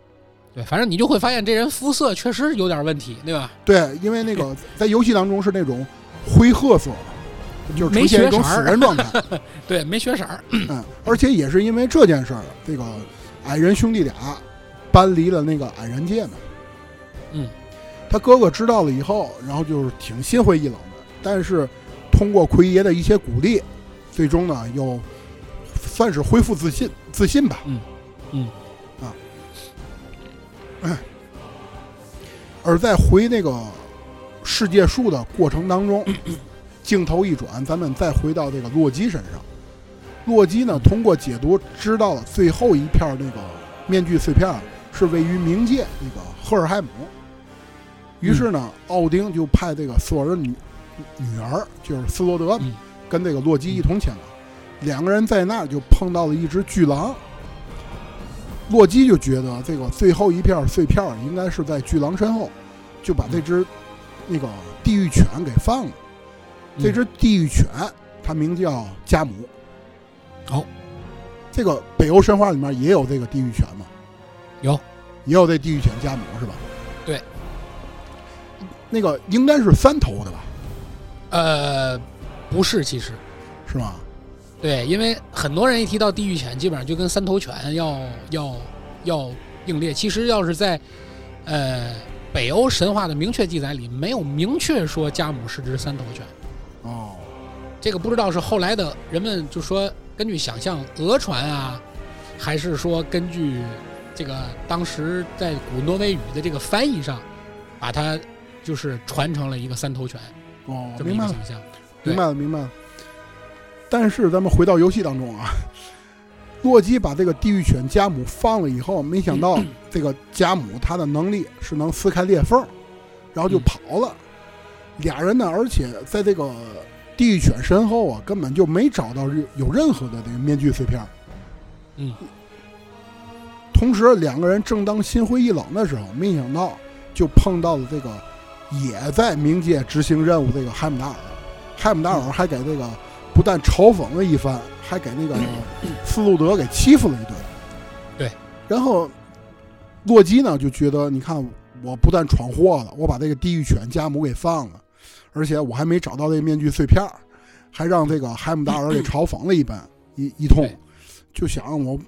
S2: 对，反正你就会发现这人肤色确实有点问题，对吧？
S1: 对，因为那个在游戏当中是那种灰褐色的，就是呈
S2: 没
S1: 现
S2: 血
S1: 一种
S2: 色
S1: 死
S2: 儿
S1: 人状态。
S2: 对，没血色儿，
S1: 嗯，而且也是因为这件事儿，这个矮人兄弟俩搬离了那个矮人界嘛。
S2: 嗯，
S1: 他哥哥知道了以后，然后就是挺心灰意冷的，但是通过奎爷的一些鼓励，最终呢又算是恢复自信，自信吧。
S2: 嗯嗯，
S1: 啊，哎，而在回那个世界树的过程当中，镜头一转，咱们再回到这个洛基身上。洛基呢，通过解读知道了最后一片儿那个面具碎片儿是位于冥界那个赫尔海姆。于是呢，奥丁就派这个索尔女女儿，就是斯罗德，
S2: 嗯
S1: 跟这个洛基一同前往。两个人在那儿就碰到了一只巨狼。洛基就觉得这个最后一片儿碎片儿应该是在巨狼身后，就把这只那个地狱犬给放了。
S2: 嗯
S1: 这只地狱犬它名叫加姆。
S2: 哦，
S1: 这个北欧神话里面也有这个地狱犬嘛？
S2: 有，
S1: 也有这地狱犬加姆是吧？
S2: 对，
S1: 那个应该是三头的吧？
S2: 呃，不是，其实
S1: 是吗？
S2: 对，因为很多人一提到地狱犬，基本上就跟三头犬要要要并列。其实要是在呃北欧神话的明确记载里，没有明确说加姆是只三头犬。
S1: 哦，
S2: 这个不知道是后来的人们就说根据想象讹传啊，还是说根据这个当时在古挪威语的这个翻译上，把它就是传成了一个三头犬
S1: 哦，
S2: 这么
S1: 明
S2: 一
S1: 白
S2: 个
S1: 了，
S2: 想象。对
S1: 明白了，明白了。但是咱们回到游戏当 中啊，洛基把这个地狱犬加姆放了以后，没想到
S2: 嗯
S1: 这个加姆他的能力是能撕开裂缝，然后就
S2: 嗯
S1: 跑了。俩人呢，而且在这个地狱犬身后啊，根本就没找到有任何的这个面具碎片。
S2: 嗯。
S1: 同时，两个人正当心灰意冷的时候，没想到就碰到了这个也在冥界执行任务这个海姆达尔。海姆达尔还给这个不但嘲讽了一番，还给那个斯路德给欺负了一顿。
S2: 对，
S1: 然后洛基呢就觉得，你看我不但闯祸了，我把这个地狱犬加姆给放了，而且我还没找到这面具碎片儿，还让这个海姆达尔给嘲讽了一番一一通
S2: 对，
S1: 就想我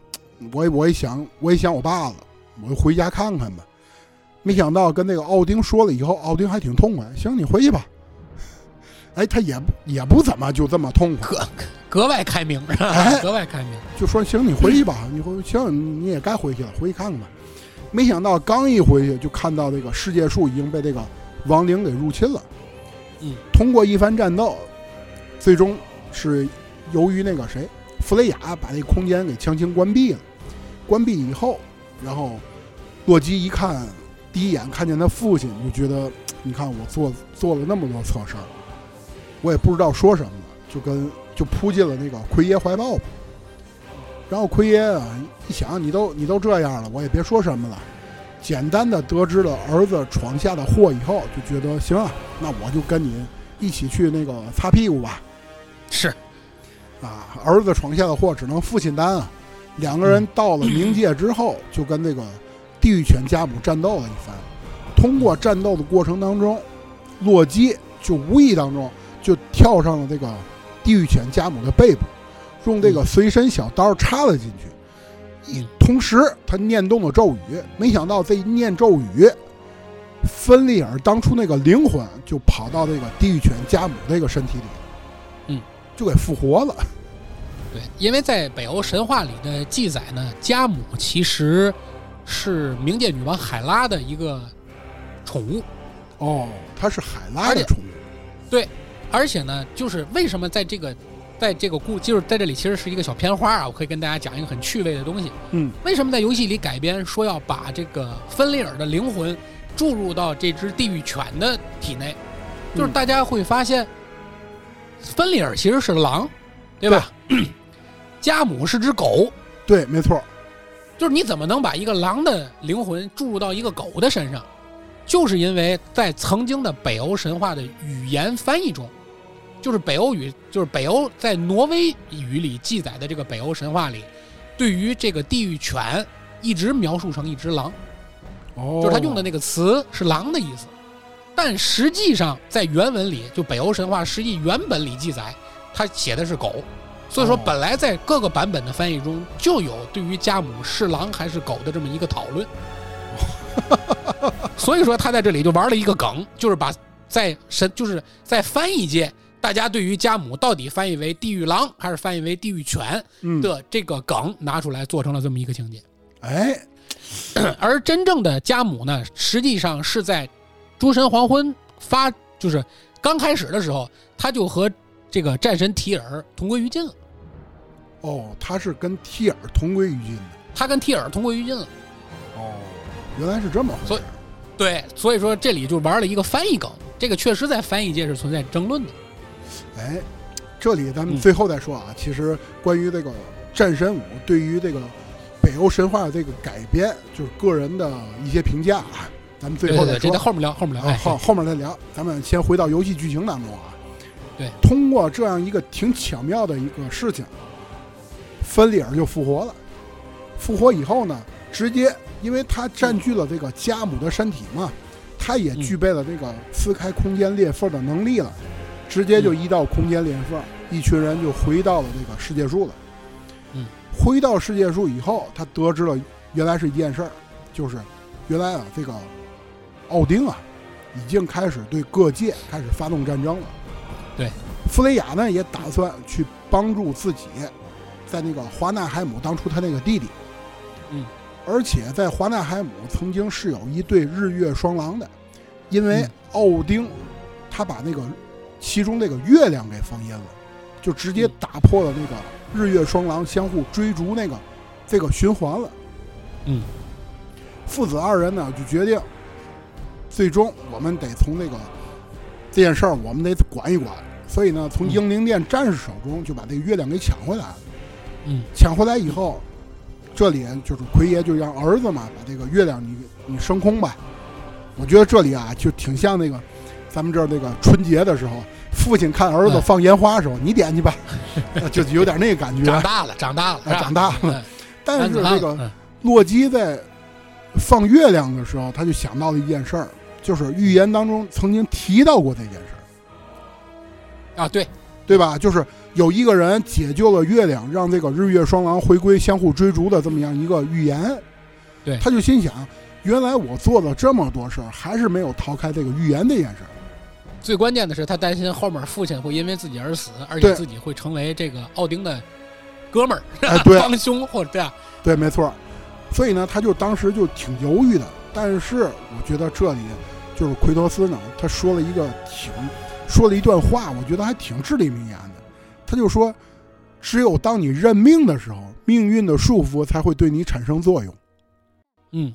S1: 我也我也想我也想我爸了，我就回家看看吧。没想到跟那个奥丁说了以后，奥丁还挺痛快，行，你回去吧。哎，他也不也不怎么就这么痛快，
S2: 格格外开明，是吧
S1: 哎
S2: 格外开明。
S1: 就说行，你回去吧，你回行，你也该回去了，回去看看吧。没想到刚一回去，就看到这个世界树已经被这个亡灵给入侵了。
S2: 嗯，
S1: 通过一番战斗，最终是由于那个谁弗雷雅把这空间给强行关闭了。关闭以后，然后洛基一看，第一眼看见他父亲，就觉得你看我做做了那么多错事儿，我也不知道说什么了，就跟就扑进了那个奎爷怀抱吧。然后奎爷啊一想，你都你都这样了，我也别说什么了。简单的得知了儿子闯下的祸以后，就觉得行啊，那我就跟你一起去那个擦屁股吧。
S2: 是，
S1: 啊，儿子闯下的祸只能父亲担啊。两个人到了冥界之后，就跟那个地狱犬加姆战斗了一番。通过战斗的过程当中，洛基就无意当中就跳上了这个地狱犬加姆的背部，用这个随身小刀插了进去。一同时，他念动了咒语，没想到这一念咒语，芬利尔当初那个灵魂就跑到这个地狱犬加姆这个身体里了，
S2: 嗯，
S1: 就给复活了。
S2: 对，因为在北欧神话里的记载呢，家母其实是冥界女王海拉的一个宠物。
S1: 哦，它是海拉的宠物，
S2: 而且呢，就是为什么在这个，在这个故，就是在这里其实是一个小片花啊，我可以跟大家讲一个很趣味的东西。
S1: 嗯，
S2: 为什么在游戏里改编说要把这个芬利尔的灵魂注入到这只地狱犬的体内？就是
S1: 嗯
S2: 大家会发现，芬利尔其实是狼，对吧？家母是只狗，
S1: 对，没错，
S2: 就是你怎么能把一个狼的灵魂注入到一个狗的身上？就是因为在曾经的北欧神话的语言翻译中，就是北欧语，就是北欧在挪威语里记载的这个北欧神话里，对于这个地狱犬一直描述成一只狼，
S1: 哦，
S2: 就是他用的那个词是狼的意思。但实际上，在原文里，就北欧神话实际原本里记载，他写的是狗，所以说
S1: 哦
S2: 本来在各个版本的翻译中就有对于家母是狼还是狗的这么一个讨论。所以说他在这里就玩了一个梗，就是把在神就是在翻译界，大家对于家母到底翻译为地狱狼还是翻译为地狱犬
S1: 嗯，
S2: 的这个梗拿出来做成了这么一个情节。
S1: 哎，
S2: 而真正的家母呢，实际上是在《诸神黄昏》发，就是刚开始的时候，他就和这个战神提尔同归于尽了，
S1: 哦，它是跟提尔同归于尽的，
S2: 他跟提尔同归于尽了。
S1: 哦，原来是这么回事，
S2: 所以对，所以说这里就玩了一个翻译梗，这个确实在翻译界是存在争论的。
S1: 哎，这里咱们
S2: 嗯
S1: 最后再说啊，其实关于这个《战神五》对于这个北欧神话的这个改编，就是个人的一些评价啊，咱们最
S2: 对
S1: 后
S2: 对
S1: 再
S2: 对，这
S1: 说
S2: 在。后面聊，后面聊。
S1: 啊，
S2: 哎，
S1: 后后面再聊，咱们先回到游戏剧情当中啊。
S2: 对，
S1: 通过这样一个挺巧妙的一个事情，芬里尔就复活了。复活以后呢，直接因为他占据了这个家母的身体嘛，他也
S2: 嗯
S1: 具备了这个撕开空间裂缝的能力了，直接就一道空间裂缝，一群人就回到了这个世界树了。
S2: 嗯，
S1: 回到世界树以后，他得知了原来是一件事儿，就是原来啊这个奥丁啊，已经开始对各界开始发动战争了。
S2: 对，
S1: 弗雷雅呢也打算去帮助自己，在那个华纳海姆当初他那个弟弟，
S2: 嗯，
S1: 而且在华纳海姆曾经是有一对日月双狼的，因为
S2: 嗯
S1: 奥丁他把那个其中那个月亮给封印了，就直接
S2: 嗯
S1: 打破了那个日月双狼相互追逐那个这个循环了。
S2: 嗯，
S1: 父子二人呢就决定，最终我们得从那个这件事儿我们得管一管。所以呢，从
S2: 嗯
S1: 英灵殿战士手中就把这个月亮给抢回来了。
S2: 嗯，
S1: 抢回来以后，这里就是奎爷就让儿子嘛，把这个月亮你你升空吧。我觉得这里啊，就挺像那个咱们这儿那个春节的时候，父亲看儿子
S2: 嗯
S1: 放烟花的时候，你点 去吧，啊就有点那个感觉。
S2: 长大了，长大了，是
S1: 啊
S2: 吧
S1: 长大了
S2: 嗯
S1: 但
S2: 男
S1: 是
S2: 子汉
S1: 这
S2: 了
S1: 个
S2: 嗯
S1: 洛基在放月亮的时候，他就想到了一件事儿，就是预言当中曾经提到过这件事儿，
S2: 啊，对，
S1: 对吧？就是有一个人解救了月亮，让这个日月双狼回归相互追逐的这么样一个预言。
S2: 对
S1: 他就心想，原来我做了这么多事儿，还是没有逃开这个预言这件事儿。
S2: 最关键的是他担心后面父亲会因为自己而死，而
S1: 对
S2: 且自己会成为这个奥丁的哥们儿、
S1: 哎，对，
S2: 帮凶或者这样。
S1: 对，没错儿。所以呢，他就当时就挺犹豫的。但是我觉得这里就是奎托斯呢，他说了一个挺说了一段话，我觉得还挺至理名言的。他就说，只有当你认命的时候，命运的束缚才会对你产生作用。
S2: 嗯，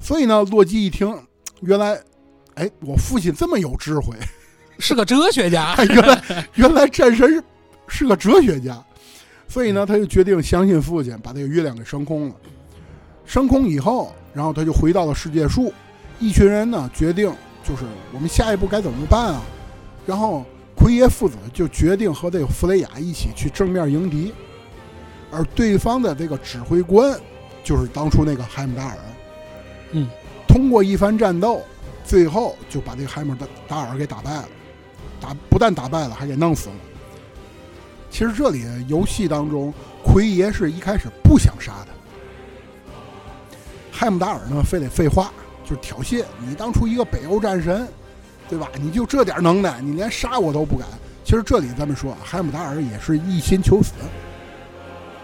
S1: 所以呢，洛基一听，原来，哎，我父亲这么有智慧，
S2: 是个哲学家。
S1: 原来原来战神是是个哲学家，所以呢，他就决定相信父亲，把这个月亮给升空了。升空以后，然后他就回到了世界树，一群人呢决定就是我们下一步该怎么办啊？然后奎爷父子就决定和这个弗雷雅一起去正面迎敌，而对方的这个指挥官就是当初那个海姆达尔。
S2: 嗯，
S1: 通过一番战斗，最后就把这个海姆达达尔给打败了，打不但打败了，还给弄死了。其实这里游戏当中，奎爷是一开始不想杀他，海姆达尔呢非得废话，就是挑衅你当初一个北欧战神，对吧？你就这点能耐，你连杀我都不敢。其实这里咱们说，啊，海姆达尔也是一心求死，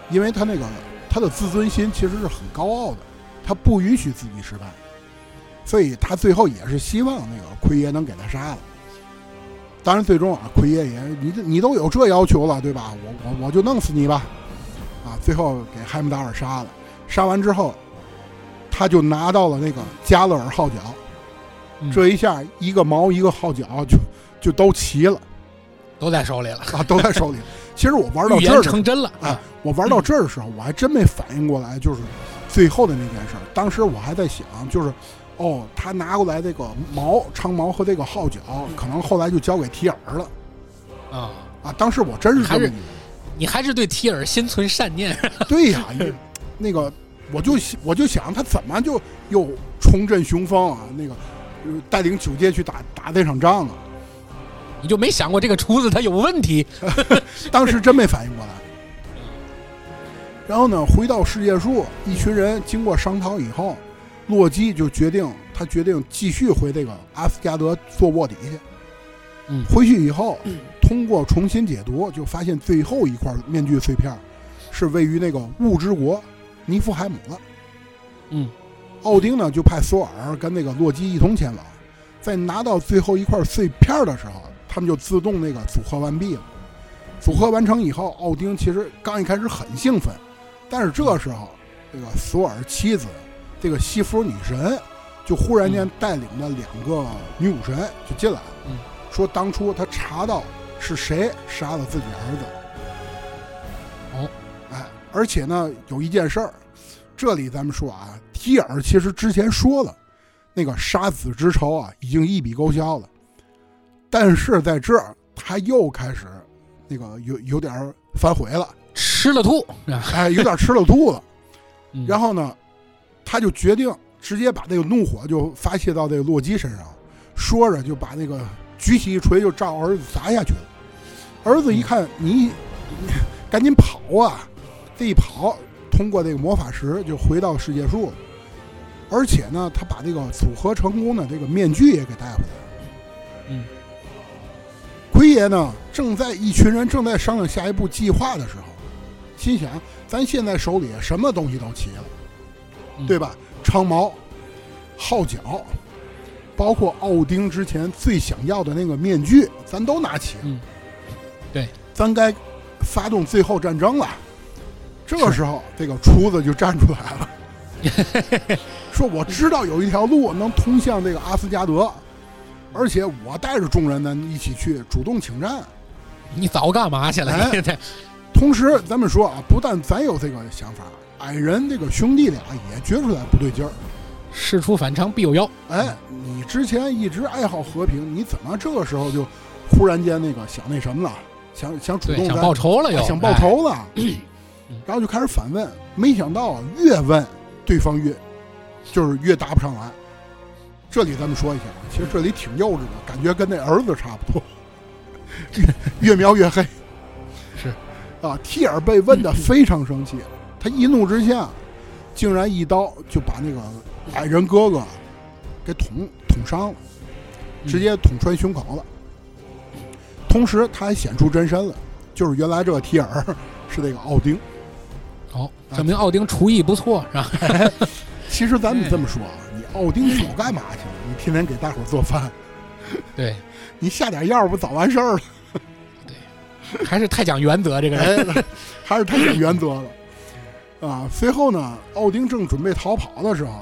S1: 因为他那个他的自尊心其实是很高傲的，他不允许自己失败，所以他最后也是希望那个奎爷能给他杀了。当然，最终啊，奎爷也你这你都有这要求了，对吧？我我我就弄死你吧！啊，最后给海姆达尔杀了，杀完之后，他就拿到了那个加勒尔号角，
S2: 嗯
S1: 这一下一个矛一个号角就就都齐了。
S2: 都在手里了，
S1: 啊，都在手 里。其实我玩到
S2: 预
S1: 这
S2: 言
S1: 儿的，
S2: 成真了
S1: 哎！我玩到这儿的时候，我还真没反应过来，就是最后的那件事儿。当时我还在想，就是哦，他拿过来这个矛、长矛和这个号角，可能后来就交给提尔了
S2: 啊，
S1: 啊。当时我真是这么
S2: 还是
S1: 以为，
S2: 你还是对提尔心存善念，
S1: 对 呀、你那个我就我就想他怎么就又重振雄风啊？那个呃带领九界去打打这场仗啊？
S2: 你就没想过这个厨子他有问题。
S1: 当时真没反应过来。然后呢，回到世界树，一群人经过商讨以后，洛基就决定，他决定继续回这个阿斯加德做卧底去。
S2: 嗯
S1: 回去以后，通过重新解读，就发现最后一块面具碎片是位于那个雾之国尼夫海姆了。
S2: 嗯，
S1: 奥丁呢就派索尔跟那个洛基一同前往，在拿到最后一块碎片的时候，他们就自动那个组合完毕了。组合完成以后，奥丁其实刚一开始很兴奋，但是这时候，这个索尔妻子这个西弗女神就忽然间带领着两个女武神就进来了，
S2: 嗯
S1: 说当初他查到是谁杀了自己儿子。
S2: 哦，
S1: 哎，而且呢，有一件事儿，这里咱们说啊，提尔其实之前说了，那个杀子之仇啊，已经一笔勾销了，但是在这儿他又开始那个有有点儿反悔了，
S2: 吃了吐，啊
S1: 哎，有点儿吃了吐了。
S2: 嗯
S1: 然后呢，他就决定直接把这个怒火就发泄到这个洛基身上，说着就把那个举起一锤就照儿子砸下去了。儿
S2: 嗯
S1: 子一看你，你赶紧跑啊！这一跑，通过这个魔法石就回到世界树了。而且呢，他把这个组合成功的这个面具也给带回来了。
S2: 嗯，
S1: 奎爷呢，正在一群人正在商量下一步计划的时候，心想咱现在手里什么东西都齐了，
S2: 嗯
S1: 对吧？长矛、号角，包括奥丁之前最想要的那个面具，咱都拿齐了。
S2: 嗯对，
S1: 咱该发动最后战争了。这时候，这个厨子就站出来 了，说：“我知道有一条路能通向这个阿斯加德，而且我带着众人呢一起去主动请战。”
S2: 你早干嘛去了？
S1: 哎
S2: 你这
S1: 同时，咱们说啊，不但咱有这个想法，矮人这个兄弟俩也觉出来不对劲儿。
S2: 事出反常必有妖。
S1: 哎，你之前一直爱好和平，你怎么这个时候就忽然间那个想那什么了？想想主
S2: 对，
S1: 动
S2: 想
S1: 咱啊
S2: 报仇了又，
S1: 想报
S2: 哎，
S1: 仇了，嗯然后就开始反问。没想到啊，越问对方越就是越答不上来。这里咱们说一下啊，其实这里挺幼稚的，感觉跟那儿子差不多， 越越描越黑。
S2: 是
S1: 啊，提尔被问得非常生气，他一怒之下，竟然一刀就把那个矮人哥哥给捅捅伤了，直接捅穿胸口了。同时，他还显出真身了，就是原来这个提尔是那个奥丁。
S2: 哎好，证明奥丁厨艺不错，是吧？
S1: 其实咱们这么说啊，你奥丁早干嘛去了？你天天给大伙儿做饭，
S2: 对，
S1: 你下点药不早完事儿了？
S2: 还是太讲原则这个人。
S1: 哎，还是太讲原则了啊！随后呢，奥丁正准备逃跑的时候，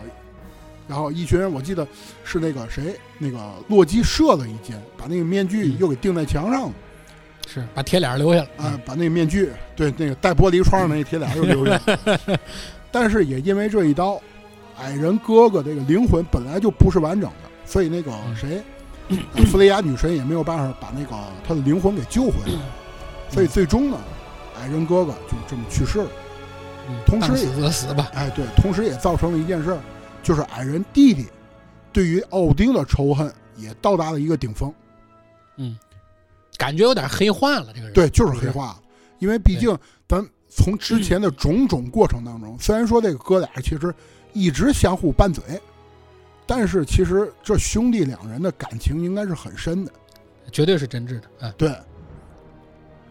S1: 然后一群人，我记得是那个谁，那个洛基射了一箭，把那个面具
S2: 嗯
S1: 又给钉在墙上了。
S2: 是把铁脸留下了
S1: 哎啊，把那个面具，对，那个带玻璃窗的那铁脸又留下。但是也因为这一刀，矮人哥哥这个灵魂本来就不是完整的，所以那个
S2: 嗯
S1: 谁，呃弗雷亚女神也没有办法把那个他的灵魂给救回来，所以最终呢，矮人哥哥就这么去世了。
S2: 嗯
S1: 同时
S2: 当死则死吧。
S1: 哎，对，同时也造成了一件事儿，就是矮人弟弟对于奥丁的仇恨也到达了一个顶峰。
S2: 感觉有点黑化了，这个人。
S1: 对，就是黑化了，因为毕竟咱从之前的种种过程当中，虽然说这个哥俩其实一直相互拌嘴，但是其实这兄弟两人的感情应该是很深的。
S2: 绝对是真挚的啊！
S1: 对，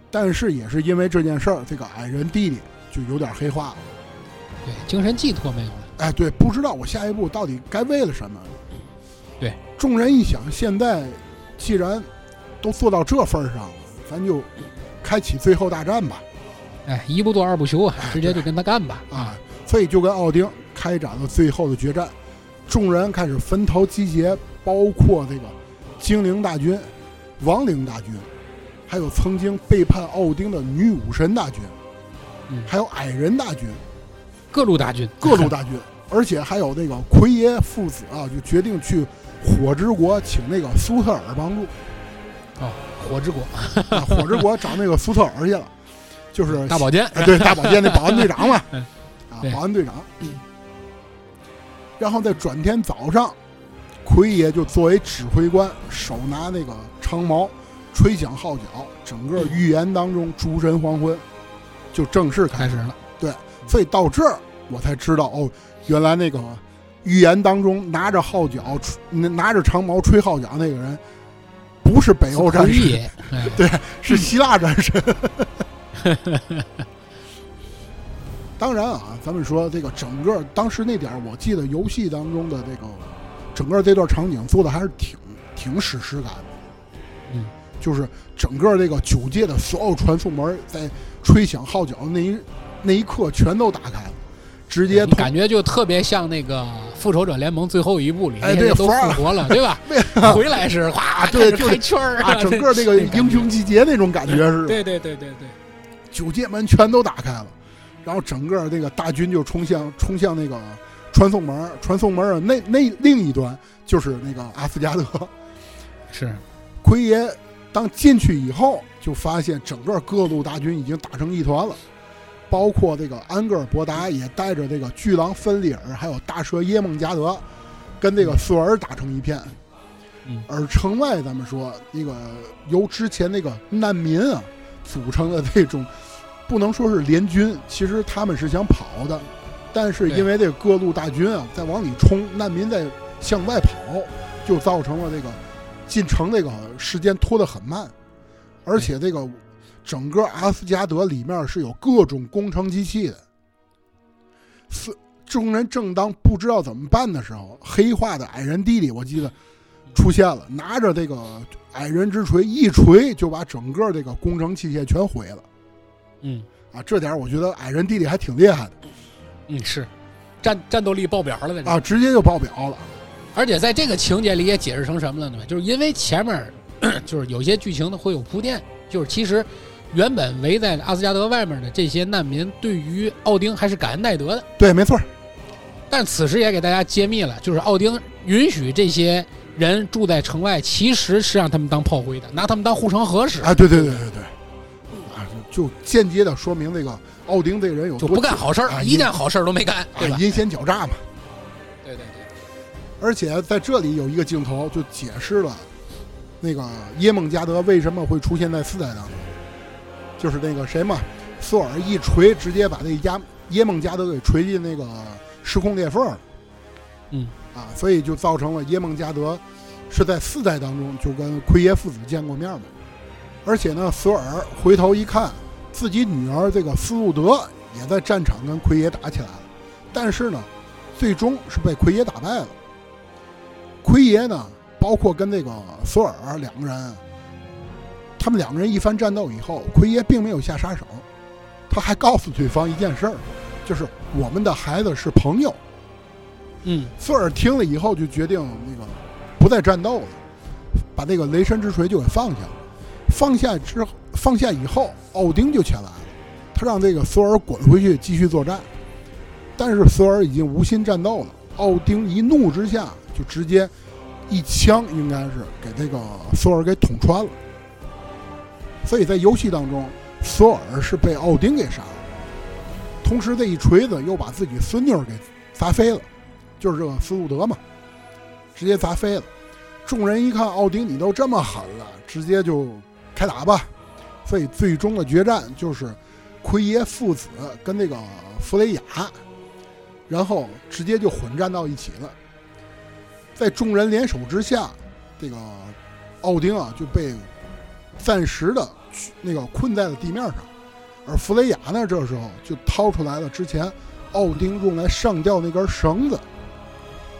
S1: 但是也是因为这件事儿，这个矮人弟弟就有点黑化了。
S2: 对，精神寄托没有了。
S1: 哎，对，不知道我下一步到底该为了什么。
S2: 对，
S1: 众人一想，现在既然都做到这份儿上了，咱就开启最后大战吧。
S2: 哎，一不做二不休啊，
S1: 哎
S2: 直接就跟他干吧！
S1: 啊，所以就跟奥丁开展了最后的决战。众人开始分头集结，包括这个精灵大军、亡灵大军，还有曾经背叛奥丁的女武神大军，
S2: 嗯
S1: 还有矮人大军、
S2: 各路大军，
S1: 各路 大军，而且还有那个奎爷父子啊，就决定去火之国请那个苏特尔帮助。
S2: 哦火之国，
S1: 啊火之国找那个苏特尔去了，就是
S2: 大保健，
S1: 哎，对，大保健那保安队长嘛
S2: 嗯，
S1: 啊
S2: 对，
S1: 保安队长。然后在转天早上，奎爷就作为指挥官，手拿那个长矛，吹响号角，整个预言当中诸神黄昏就正式开
S2: 开
S1: 始
S2: 始。了。
S1: 所以到这儿我才知道，哦，原来那个预言当中拿着号角、吹拿着长矛吹号角那个人，不是北欧战
S2: 奎
S1: 士，
S2: 爷，哎，
S1: 是希腊战神。 当然啊，咱们说这个整个当时那点儿，我记得游戏当中的这个整个这段场景做的还是挺挺史诗感的。
S2: 嗯，
S1: 就是整个这个九界的所有传送门在吹响号角那一那一刻全都打开了，直接
S2: 哎你
S1: 通
S2: 感觉就特别像那个《复仇者联盟》最后一部里那
S1: 哎
S2: 些
S1: 对
S2: 人都
S1: 福尔
S2: 复活了，对吧？回来时哗，
S1: 啊对
S2: 开始开圈儿
S1: 啊，整个 这个英，雄集结那种感觉
S2: 那
S1: 是吧？
S2: 对对对对对，
S1: 九界门全都打开了，然后整个这个大军就冲向冲向那个传送门，传送门的那那另一端就是那个阿斯加德。
S2: 是
S1: 奎爷当进去以后，就发现整个各路大军已经打成一团了，包括这个安格尔伯达也带着这个巨狼芬里尔，还有大蛇耶梦加德，跟这个索尔打成一片。
S2: 嗯
S1: 而城外咱们说那个由之前那个难民啊组成的那种，不能说是联军，其实他们是想跑的，但是
S2: 对
S1: 因为这个各路大军啊在往里冲，难民在向外跑，就造成了这个进城这个时间拖得很慢，而且
S2: 嗯
S1: 这个整个阿斯加德里面是有各种工程机器的，是众人正当不知道怎么办的时候，黑化的矮人弟弟我记得出现了，拿着这个矮人之锤一锤就把整个这个工程器械全毁了
S2: 嗯
S1: 啊！这点我觉得矮人弟弟还挺厉害的
S2: 嗯是，战战斗力爆表了在这儿。
S1: 啊，直接就爆表了。
S2: 而且在这个情节里也解释成什么了呢？就是因为前面儿 就是有些剧情呢会有铺垫，就是其实原本围在阿斯加德外面的这些难民，对于奥丁还是感恩戴德的。
S1: 对，没错儿，
S2: 但此时也给大家揭秘了，就是奥丁允许这些人住在城外，其实是让他们当炮灰的，拿他们当护城河使，
S1: 啊，对对对对对，啊，就间接的说明这个奥丁这个人有
S2: 就
S1: 多
S2: 不干好事儿，
S1: 啊
S2: 一件好事儿都没干，
S1: 啊
S2: 对吧？
S1: 阴险狡诈嘛。
S2: 对对对，
S1: 而且在这里有一个镜头就解释了那个耶梦加德为什么会出现在四代当中，就是那个谁嘛，索尔一锤直接把那压耶梦加德给锤进那个时空裂缝儿
S2: 嗯，
S1: 啊，所以就造成了耶梦加德是在四代当中就跟奎爷父子见过面嘛，而且呢，索尔回头一看，自己女儿这个斯路德也在战场跟奎爷打起来了，但是呢，最终是被奎爷打败了。奎爷呢，包括跟那个索尔两个人，他们两个人一番战斗以后，奎爷并没有下杀手，他还告诉对方一件事儿，就是我们的孩子是朋友。
S2: 嗯，
S1: 索尔听了以后就决定那个不再战斗了，把那个雷神之锤就给放下了。放下之后，放下以后，奥丁就前来了，他让这个索尔滚回去继续作战。但是索尔已经无心战斗了，奥丁一怒之下就直接一枪，应该是给这个索尔给捅穿了。所以在游戏当中，索尔是被奥丁给杀了，同时这一锤子又把自己孙女儿给砸飞了。就是这个斯路德嘛，直接砸飞了。众人一看奥丁你都这么狠了，直接就开打吧。所以最终的决战就是奎爷父子跟那个弗雷雅，然后直接就混战到一起了。在众人联手之下，这个奥丁啊就被暂时的那个困在了地面上。而弗雷雅呢，这时候就掏出来了之前奥丁用来上吊那根绳子，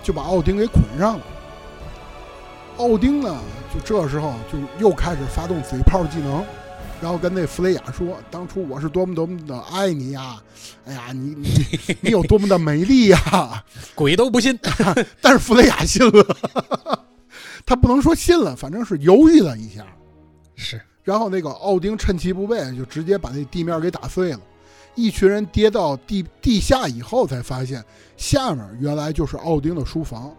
S1: 就把奥丁给捆上了。奥丁呢，就这时候就又开始发动嘴炮技能，然后跟那弗雷雅说：“当初我是多么多么的爱你呀，哎呀，你你你有多么的美丽呀。
S2: 鬼都不信。”
S1: 但是弗雷雅信了， 他不能说信了，反正是犹豫了一下。
S2: 是，
S1: 然后那个奥丁趁其不备，就直接把那地面给打碎了。一群人跌到地地下以后，才发现下面原来就是奥丁的书房。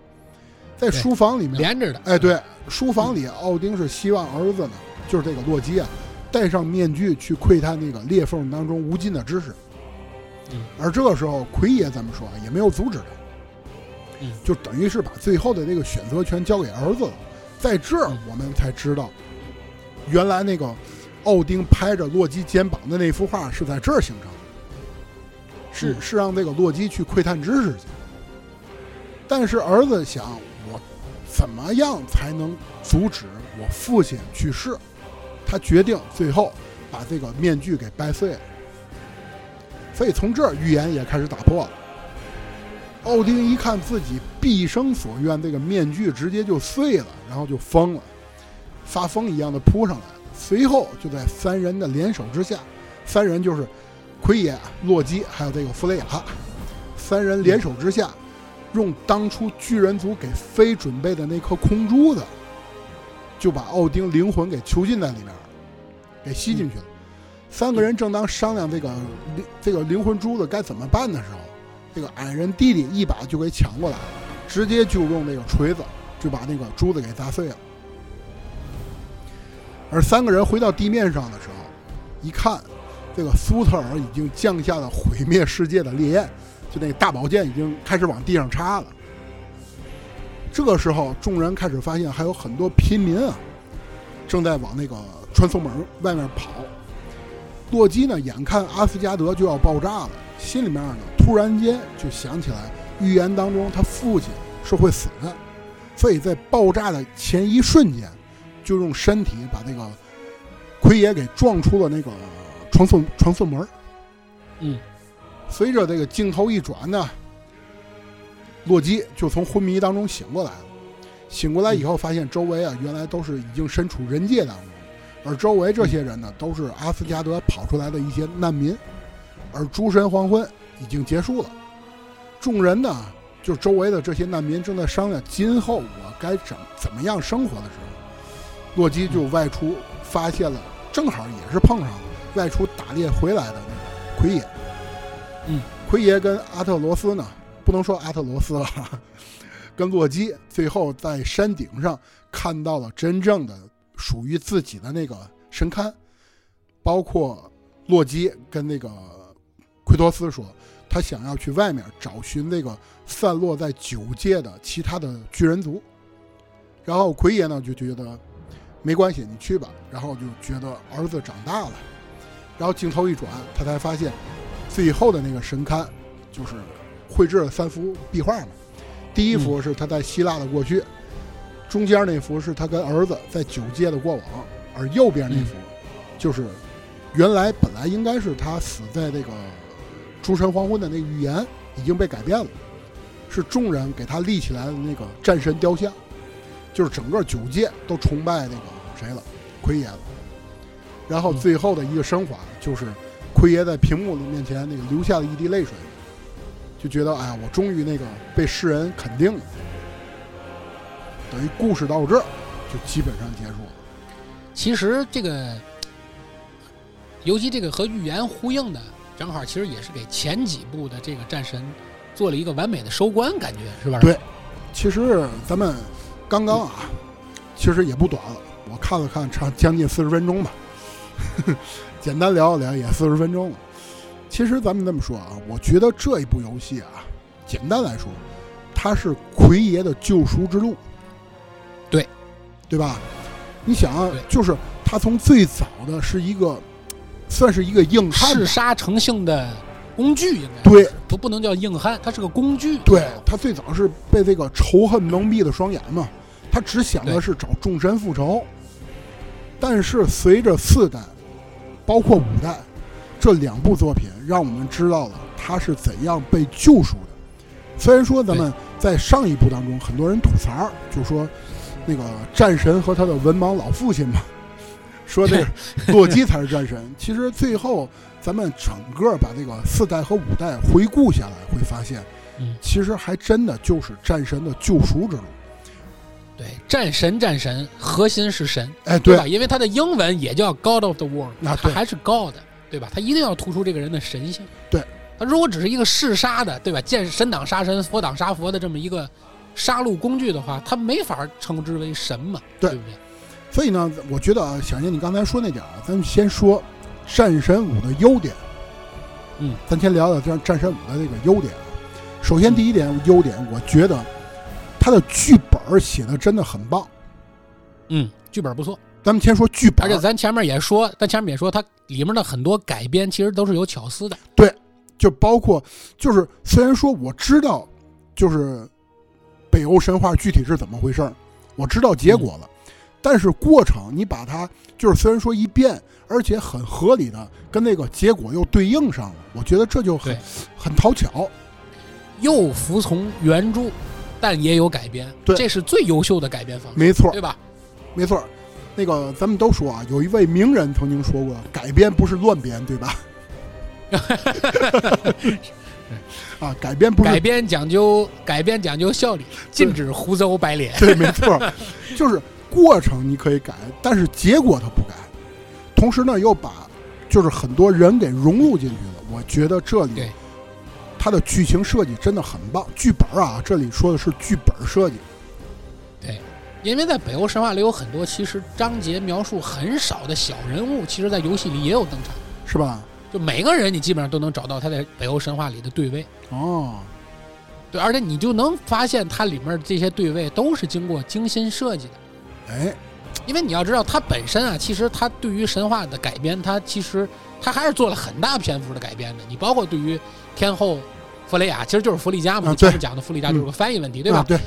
S1: 在
S2: 对
S1: 书房里面，
S2: 连着的。
S1: 哎，对，书房里奥丁是希望儿子呢，就是这个洛基啊，戴上面具去窥探那个裂缝当中无尽的知识。
S2: 嗯，
S1: 而这个时候奎爷咱们说啊，也没有阻止他，
S2: 嗯，
S1: 就等于是把最后的那个选择权交给儿子了。在这儿
S2: 嗯
S1: 我们才知道，原来那个奥丁拍着洛基肩膀的那幅画是在这儿形成的，是
S2: 嗯
S1: 是让这个洛基去窥探知识去。但是儿子想，我怎么样才能阻止我父亲去世？他决定最后把这个面具给掰碎了。所以从这儿预言也开始打破了。奥丁一看自己毕生所愿，这个面具直接就碎了，然后就疯了，发疯一样的扑上来。随后就在三人的联手之下，三人就是奎爷、洛基还有这个弗雷雅，三人联手之下，用当初巨人族给飞准备的那颗空珠子，就把奥丁灵魂给囚禁在里面了，给吸进去了。三个人正当商量这个灵这个灵魂珠子该怎么办的时候，这个矮人弟弟一把就给抢过来了，直接就用那个锤子就把那个珠子给砸碎了。而三个人回到地面上的时候，一看，这个苏特尔已经降下了毁灭世界的烈焰，就那个大宝剑已经开始往地上插了。这个时候，众人开始发现还有很多平民啊，正在往那个传送门外面跑。洛基呢，眼看阿斯加德就要爆炸了，心里面呢突然间就想起来预言当中他父亲是会死的，所以在爆炸的前一瞬间，就用身体把那个奎爷给撞出了那个传送传送门儿。
S2: 嗯，
S1: 随着这个镜头一转呢，洛基就从昏迷当中醒过来了。醒过来以后，发现周围啊，原来都是已经身处人界当中，而周围这些人呢，都是阿斯加德跑出来的一些难民。而诸神黄昏已经结束了，众人呢，就周围的这些难民正在商量今后我该怎怎么样生活的时候，洛基就外出发现了，正好也是碰上了外出打猎回来的那个奎爷。
S2: 嗯，
S1: 奎爷跟阿特罗斯呢，不能说阿特罗斯了， 跟洛基最后在山顶上看到了真正的属于自己的那个神龛，包括洛基跟那个奎托斯说，他想要去外面找寻那个散落在九界的其他的巨人族。然后奎爷呢就觉得没关系，你去吧。然后就觉得儿子长大了。然后镜头一转，他才发现最后的那个神龛就是绘制了三幅壁画嘛。第一幅是他在希腊的过去，中间那幅是他跟儿子在九界的过往，而右边那幅就是原来本来应该是他死在那个诸神黄昏的那个预言已经被改变了，是众人给他立起来的那个战神雕像，就是整个九界都崇拜那个谁了，奎爷了。然后最后的一个升华就是奎爷在屏幕里面前那个流下了一滴泪水，就觉得哎呀，我终于那个被世人肯定了。等于故事到这儿就基本上结束了。
S2: 其实这个，尤其这个和预言呼应的，正好其实也是给前几部的这个战神做了一个完美的收官，感觉是吧？
S1: 对其实咱们刚刚啊，其实也不短了，我看了看，长将近四十分钟吧， 简单聊一聊也四十分钟了。其实咱们这么说啊，我觉得这一部游戏啊，简单来说，它是奎爷的救赎之路，
S2: 对，
S1: 对吧？你想啊
S2: 对，
S1: 就是他从最早的是一个，算是一个硬汉吧
S2: 嗜，杀成性的工具应该
S1: 对
S2: 都不能叫硬汉，它是个工具。
S1: 对他最早是被这个仇恨蒙蔽了双眼嘛，他只想的是找众神复仇。但是随着四代包括五代这两部作品，让我们知道了他是怎样被救赎的。虽然说咱们在上一部当中，很多人吐槽，就说那个战神和他的文盲老父亲嘛， 说这个洛基才是战神。 其实最后咱们整个把这个四代和五代回顾下来，会发现
S2: 嗯，
S1: 其实还真的就是战神的救赎之路。
S2: 对，战神战神，核心是神，
S1: 哎，
S2: 对
S1: 对
S2: 吧？因为他的英文也叫 God of the World，
S1: 啊
S2: 他
S1: 对
S2: 还是 God，对吧？他一定要突出这个人的神性。
S1: 对，
S2: 他如果只是一个嗜杀的，对吧？见神挡杀神，佛挡杀佛的这么一个杀戮工具的话，他没法称之为神嘛，
S1: 对嗯
S2: 不对？
S1: 所以呢，我觉得啊，响应你刚才说那点儿啊，咱们先说《战神五》的优点。
S2: 嗯，
S1: 咱先聊聊这《战神五》的这个优点啊。首先，第一点优点，我觉得它的剧本儿写的真的很棒。
S2: 嗯，剧本不错，
S1: 咱们先说剧本
S2: 而且
S1: 儿，啊
S2: 咱前面也说，咱前面也说，它里面的很多改编其实都是有巧思的。
S1: 就包括就是虽然说我知道就是北欧神话具体是怎么回事儿，我知道结果了，但是过程你把它就是虽然说一变，而且很合理的跟那个结果又对应上了，我觉得这就很
S2: 对
S1: 很讨巧。
S2: 又服从原著，但也有改编，
S1: 对
S2: 这是最优秀的改编方式，
S1: 没错，
S2: 对吧？
S1: 没错。那个咱们都说啊，有一位名人曾经说过，改编不是乱编，对吧？ 啊，改编不是
S2: 改编讲究改编讲究效率，禁止胡诌白脸。
S1: 对，没错儿，就是过程你可以改，但是结果它不改。同时呢，又把就是很多人给融入进去了。我觉得这里
S2: 对
S1: 它的剧情设计真的很棒，剧本儿啊，这里说的是剧本儿设计，
S2: 因为在北欧神话里有很多其实章节描述很少的小人物，其实在游戏里也有登场。
S1: 是吧？
S2: 就每个人你基本上都能找到他在北欧神话里的对位，
S1: 哦，
S2: 对，而且你就能发现它里面这些对位都是经过精心设计的。
S1: 哎，
S2: 因为你要知道，它本身啊，其实它对于神话的改编，它其实它还是做了很大篇幅的改编的。你包括对于天后弗雷雅，其实就是弗利加嘛，
S1: 啊
S2: 你前面讲的弗利加就是个翻译问题，对
S1: 啊
S2: 吧？
S1: 对，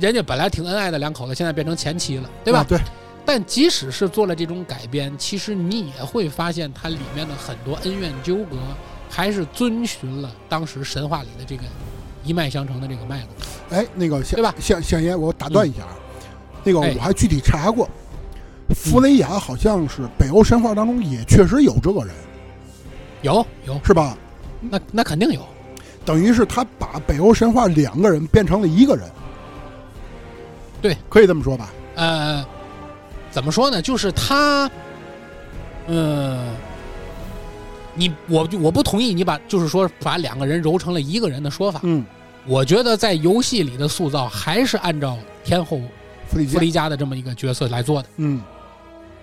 S2: 人家本来挺恩爱的两口子，现在变成前妻了，对吧
S1: 啊？对，
S2: 但即使是做了这种改编，其实你也会发现它里面的很多恩怨纠葛，还是遵循了当时神话里的这个一脉相承的这个脉络。
S1: 哎，那个
S2: 对
S1: 向
S2: 吧嗯
S1: 向向爷，我打断一下啊，那个
S2: 哎嗯
S1: 我还具体查过，弗雷雅好像是北欧神话当中也确实有这个人，
S2: 有有，
S1: 是吧？
S2: 那那肯定有。
S1: 等于是他把北欧神话两个人变成了一个人。
S2: 对，
S1: 可以这么说吧。
S2: 呃，怎么说呢？就是他，呃，你我我不同意你把就是说把两个人揉成了一个人的说法。
S1: 嗯，
S2: 我觉得在游戏里的塑造还是按照天后
S1: 弗里
S2: 弗
S1: 加，
S2: 利加的这么一个角色来做的，
S1: 嗯，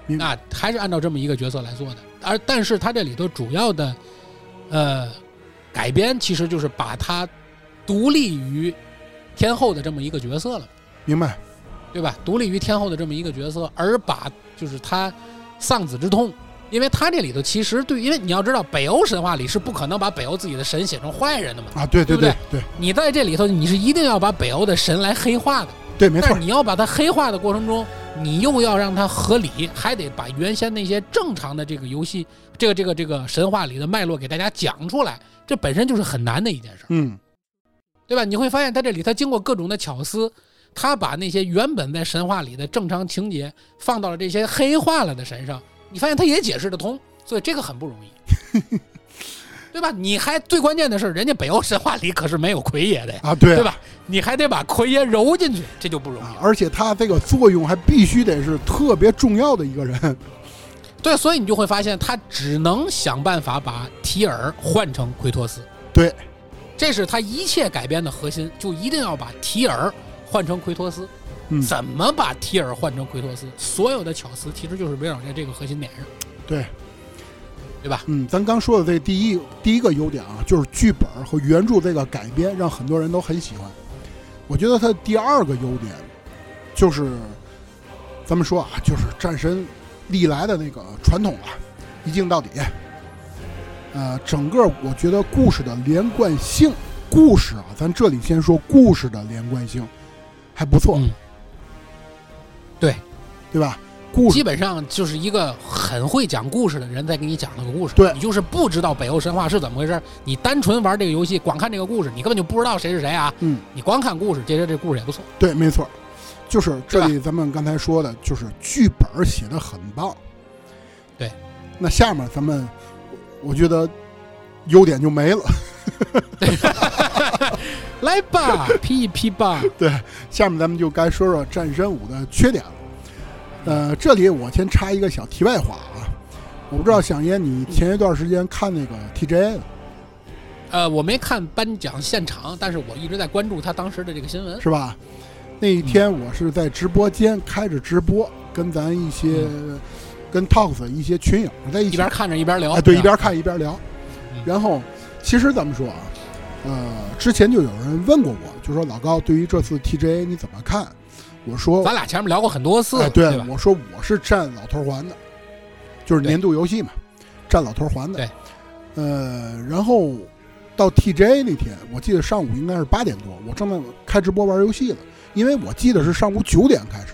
S1: 明白
S2: 那还是按照这么一个角色来做的。而但是它这里头主要的，呃，改编其实就是把它独立于天后的这么一个角色了。
S1: 明白。
S2: 对吧？独立于天后的这么一个角色，而把就是他丧子之痛，因为他这里头其实对，因为你要知道北欧神话里是不可能把北欧自己的神写成坏人的嘛，
S1: 啊，对
S2: 对不
S1: 对对
S2: 你在这里头你是一定要把北欧的神来黑化的，
S1: 对，没
S2: 但
S1: 错
S2: 是，你要把它黑化的过程中，你又要让它合理，还得把原先那些正常的这个游戏这个这个这个神话里的脉络给大家讲出来，这本身就是很难的一件事儿。
S1: 嗯，
S2: 对吧？你会发现他这里他经过各种的巧思，他把那些原本在神话里的正常情节放到了这些黑化了的神上，你发现他也解释得通，所以这个很不容易，对吧？你还最关键的是，人家北欧神话里可是没有奎爷的呀，
S1: 啊，对
S2: 对吧？你还得把奎爷揉进去，这就不容易
S1: 啊，
S2: 了。
S1: 而且他这个作用还必须得是特别重要的一个人。
S2: 对，所以你就会发现他只能想办法把提尔换成奎托斯，
S1: 对，
S2: 这是他一切改编的核心，就一定要把提尔换成奎托斯。
S1: 嗯，
S2: 怎么把提尔换成奎托斯？所有的巧思其实就是围绕在这个核心点上。
S1: 对，
S2: 对吧？
S1: 嗯，咱刚说的这第一第一个优点啊，就是剧本和原著这个改编让很多人都很喜欢。我觉得它第二个优点就是，咱们说啊，就是战神历来的那个传统了、啊一镜到底。呃，整个我觉得故事的连贯性，故事啊，咱这里先说故事的连贯性还不错，
S2: 嗯对
S1: 对吧？故
S2: 基
S1: 事
S2: 本上就是一个很会讲故事的人在给你讲那个故事。
S1: 对
S2: 你就是不知道北欧神话是怎么回事儿，你单纯玩这个游戏，光看这个故事，你根本就不知道谁是谁啊！
S1: 嗯，
S2: 你光看故事，这这这故事 也不错。
S1: 对，没错，就是
S2: 对
S1: 这
S2: 吧
S1: 里咱们刚才说的，就是剧本儿写的很棒。
S2: 对，
S1: 那下面咱们，我觉得优点就没了。
S2: 来吧，批一批吧。
S1: 下面咱们就该说说战神五的缺点了。呃，这里我先插一个小题外话啊，我不知道响爷你前一段时间看那个 TGA 了
S2: 呃，我没看颁奖现场，但是我一直在关注他当时的这个新闻。
S1: 是吧？那一天
S2: 嗯
S1: 我是在直播间开着直播，跟咱一些、跟 Talks 一些群友在一
S2: 嗯一
S1: 起
S2: 边看着一边聊，
S1: 哎，对，
S2: 是吧
S1: 一边看一边聊
S2: 嗯。
S1: 然后，其实咱们说啊，呃，之前就有人问过我，就说老高对于这次 TGA 你怎么看？我说，
S2: 咱俩前面聊过很多次，
S1: 哎，
S2: 对吧？
S1: 我说我是占老头环的，就是
S2: 对
S1: 年度游戏嘛，占老头环的。
S2: 对，
S1: 呃，然后到 TGA 那天，我记得上午应该是八点多，我正在开直播玩游戏了，因为我记得是上午九点开始，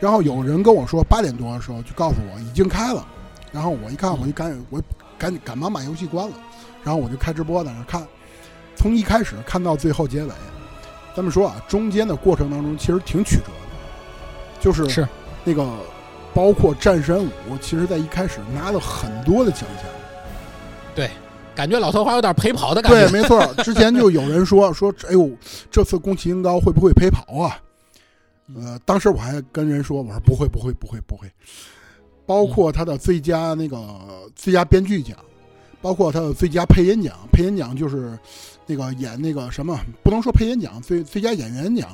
S1: 然后有人跟我说八点多的时候就告诉我已经开了，然后我一看
S2: 嗯
S1: 我就赶紧我赶紧赶忙把游戏关了，然后我就开直播在那看，从一开始看到最后结尾，咱们说啊，中间的过程当中其实挺曲折的，就是
S2: 是
S1: 那个包括战神五，其实在一开始拿了很多的奖项。
S2: 感觉老头花有点陪跑的感
S1: 对，
S2: 觉。
S1: 没错儿，之前就有人说说，哎呦，这次宫崎英高会不会陪跑啊？呃，当时我还跟人说，我说不会，不会，不会，不会。包括他的最佳那个最佳编剧奖，包括他的最佳配音奖，配音奖就是那个演那个什么，不能说配音奖，最最佳演员奖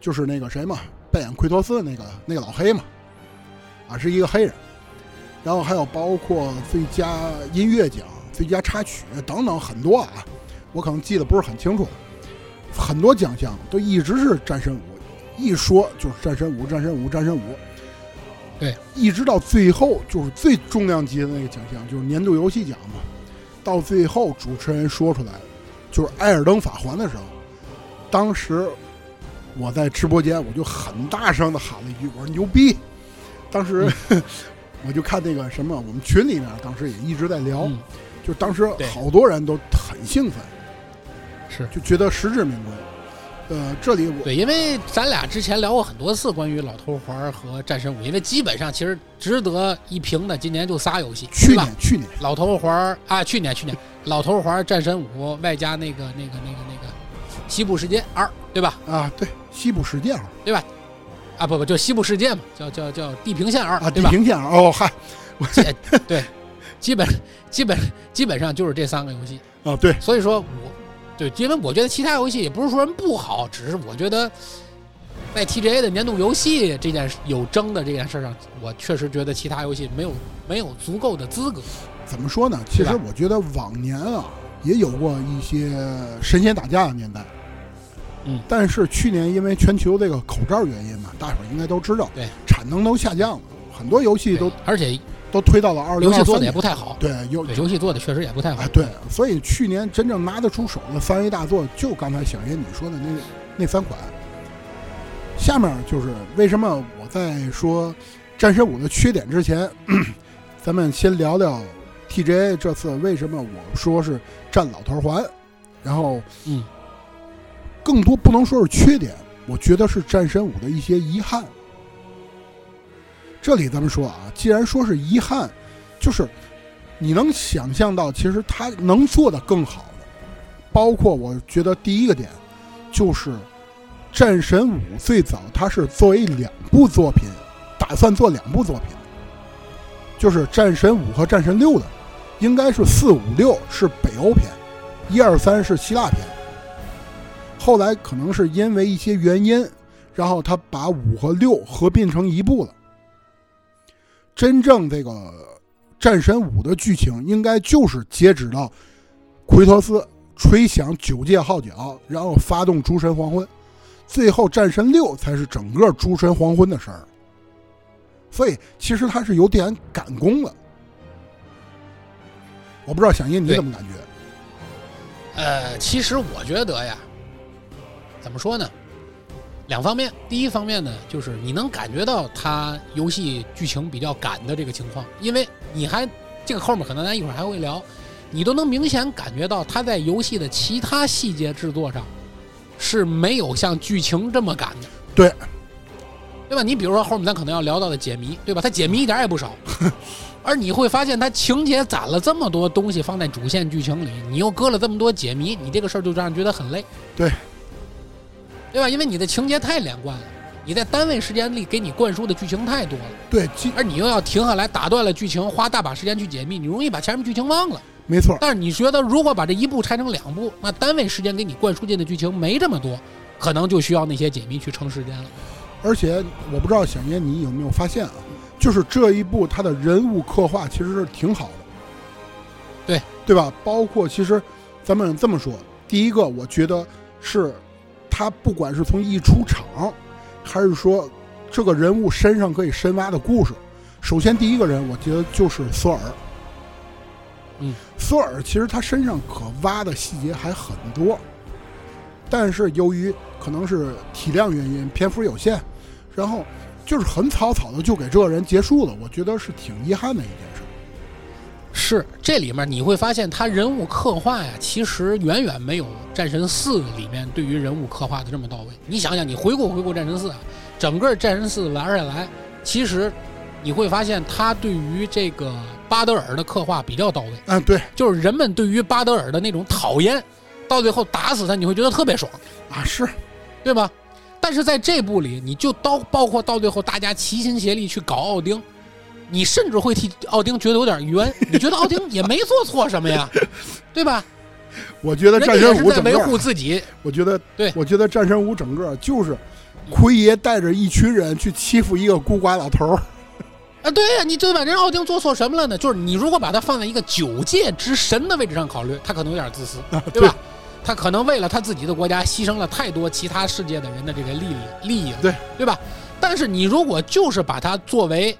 S1: 就是那个谁嘛，扮演奎托斯的那个那个老黑嘛，啊，是一个黑人。然后还有包括最佳音乐奖、最佳插曲等等很多啊，我可能记得不是很清楚，很多奖项都一直是战神五，一说就是战神五、战神五、战神五，
S2: 对，
S1: 一直到最后就是最重量级的那个奖项，就是年度游戏奖嘛，到最后主持人说出来，就是《艾尔登法环》的时候，当时我在直播间我就很大声的喊了一句：“我说牛逼！”当时、
S2: 嗯
S1: 我就看那个什么，我们群里面当时也一直在聊，
S2: 嗯，
S1: 就当时
S2: 对
S1: 好多人都很兴奋，
S2: 是
S1: 就觉得实至名归。呃，这里我
S2: 对，因为咱俩之前聊过很多次关于老头环和战神五，因为基本上其实值得一评的，今年就仨游戏，
S1: 去
S2: 对吧
S1: 年去年
S2: 老头环啊，去年去年老头环、战神五，外加那个那个那个那个西部世界二，对吧？
S1: 啊，对西部世界号
S2: 啊，不不，就西部世界嘛，叫叫叫地平线二，
S1: 啊，
S2: 对
S1: 地
S2: 吧？
S1: 平线号哦嗨
S2: 基本 基本基本上就是这三个游戏。
S1: 啊，对
S2: 所以说我对，因为我觉得其他游戏也不是说人不好，只是我觉得在 TGA 的年度游戏这件事有争的这件事上，我确实觉得其他游戏没有没有足够的资格。
S1: 怎么说呢？其实
S2: 对
S1: 我觉得往年啊，也有过一些神仙打架的年代。
S2: 嗯，
S1: 但是去年因为全球这个口罩原因嘛，大伙儿应该都知道，
S2: 对，
S1: 产能都下降了，很多游戏
S2: 对
S1: 都
S2: 而且
S1: 都推到了二零
S2: 游戏
S1: 二
S2: 做
S1: 三
S2: 的也
S1: 年
S2: 不。太好，
S1: 对，有
S2: 对，游戏做的确实也不太好
S1: 啊，。对，所以去年真正拿得出手的三 A 大作，就刚才小爷你说的那那三款。下面就是为什么我在说《战神五》的缺点之前， 咱们先聊聊 TGA 这次为什么我说是占老头环，然后
S2: 嗯，
S1: 更多不能说是缺点，我觉得是《战神五》的一些遗憾。这里咱们说啊，既然说是遗憾，就是你能想象到，其实他能做的更好的，包括我觉得第一个点就是《战神五》最早它是作为两部作品，打算做两部作品，就是《战神五》和《战神六》的，应该是四五六是北欧篇，一二三是希腊篇。后来可能是因为一些原因，然后他把五和六合并成一部了。真正这个《战神五》的剧情，应该就是截止到奎托斯吹响九界号角，然后发动诸神黄昏，最后战神六才是整个诸神黄昏的事儿。所以其实他是有点赶工了。我不知道响音你
S2: 对
S1: 怎么感觉？
S2: 呃，其实我觉得呀，怎么说呢？两方面，第一方面呢，就是你能感觉到它游戏剧情比较赶的这个情况，因为你还这个后面可能咱一会儿还会聊，你都能明显感觉到它在游戏的其他细节制作上是没有像剧情这么赶的。
S1: 对，
S2: 对吧？你比如说后面咱可能要聊到的解谜，对吧？它解谜一点儿也不少，而你会发现它情节攒了这么多东西放在主线剧情里，你又搁了这么多解谜，你这个事儿就让人觉得很累。
S1: 对，
S2: 对吧？因为你的情节太连贯了，你在单位时间里给你灌输的剧情太多了，
S1: 对，基
S2: 而你又要停下来打断了剧情，花大把时间去解密，你容易把前面剧情忘了。
S1: 没错，
S2: 但是你觉得如果把这一部拆成两部，那单位时间给你灌输进的剧情没这么多，可能就需要那些解谜去撑时间了。
S1: 而且我不知道小年你有没有发现啊，就是这一部它的人物刻画其实是挺好的，
S2: 对
S1: 对吧？包括其实咱们这么说，第一个我觉得是他不管是从一出场，还是说这个人物身上可以深挖的故事，首先第一个人我觉得就是索尔。
S2: 嗯，
S1: 索尔其实他身上可挖的细节还很多，但是由于可能是体量原因，篇幅有限，然后就是很草草的就给这个人结束了，我觉得是挺遗憾的一件事。
S2: 是，这里面你会发现，他人物刻画呀，其实远远没有《战神四》里面对于人物刻画的这么到位。你想想，你回顾回顾《战神四》啊，整个《战神四》玩下来，其实你会发现，他对于这个巴德尔的刻画比较到位，
S1: 嗯，对
S2: 就是人们对于巴德尔的那种讨厌，到最后打死他，你会觉得特别爽。
S1: 啊，是
S2: 对吧？但是在这部里，你就到包括到最后，大家齐心协力去搞奥丁，你甚至会替奥丁觉得有点冤，你觉得奥丁也没做错什么 呀，对吧？
S1: 我觉得
S2: 人家
S1: 战
S2: 也
S1: 神
S2: 是
S1: 五
S2: 在
S1: 整
S2: 维护
S1: 个，
S2: 自己，
S1: 我觉得
S2: 对
S1: 我觉得战神五整个就是奎爷带着一群人去欺负一个孤寡老头儿，
S2: 啊，对呀、你对吧？人家奥丁做错什么了呢？就是你如果把他放在一个九界之神的位置上考虑，他可能有点自私，对吧？他可能为了他自己的国家牺牲了太多其他世界的人的这个利益利益了，
S1: 对
S2: 对吧？但是你如果就是把他作为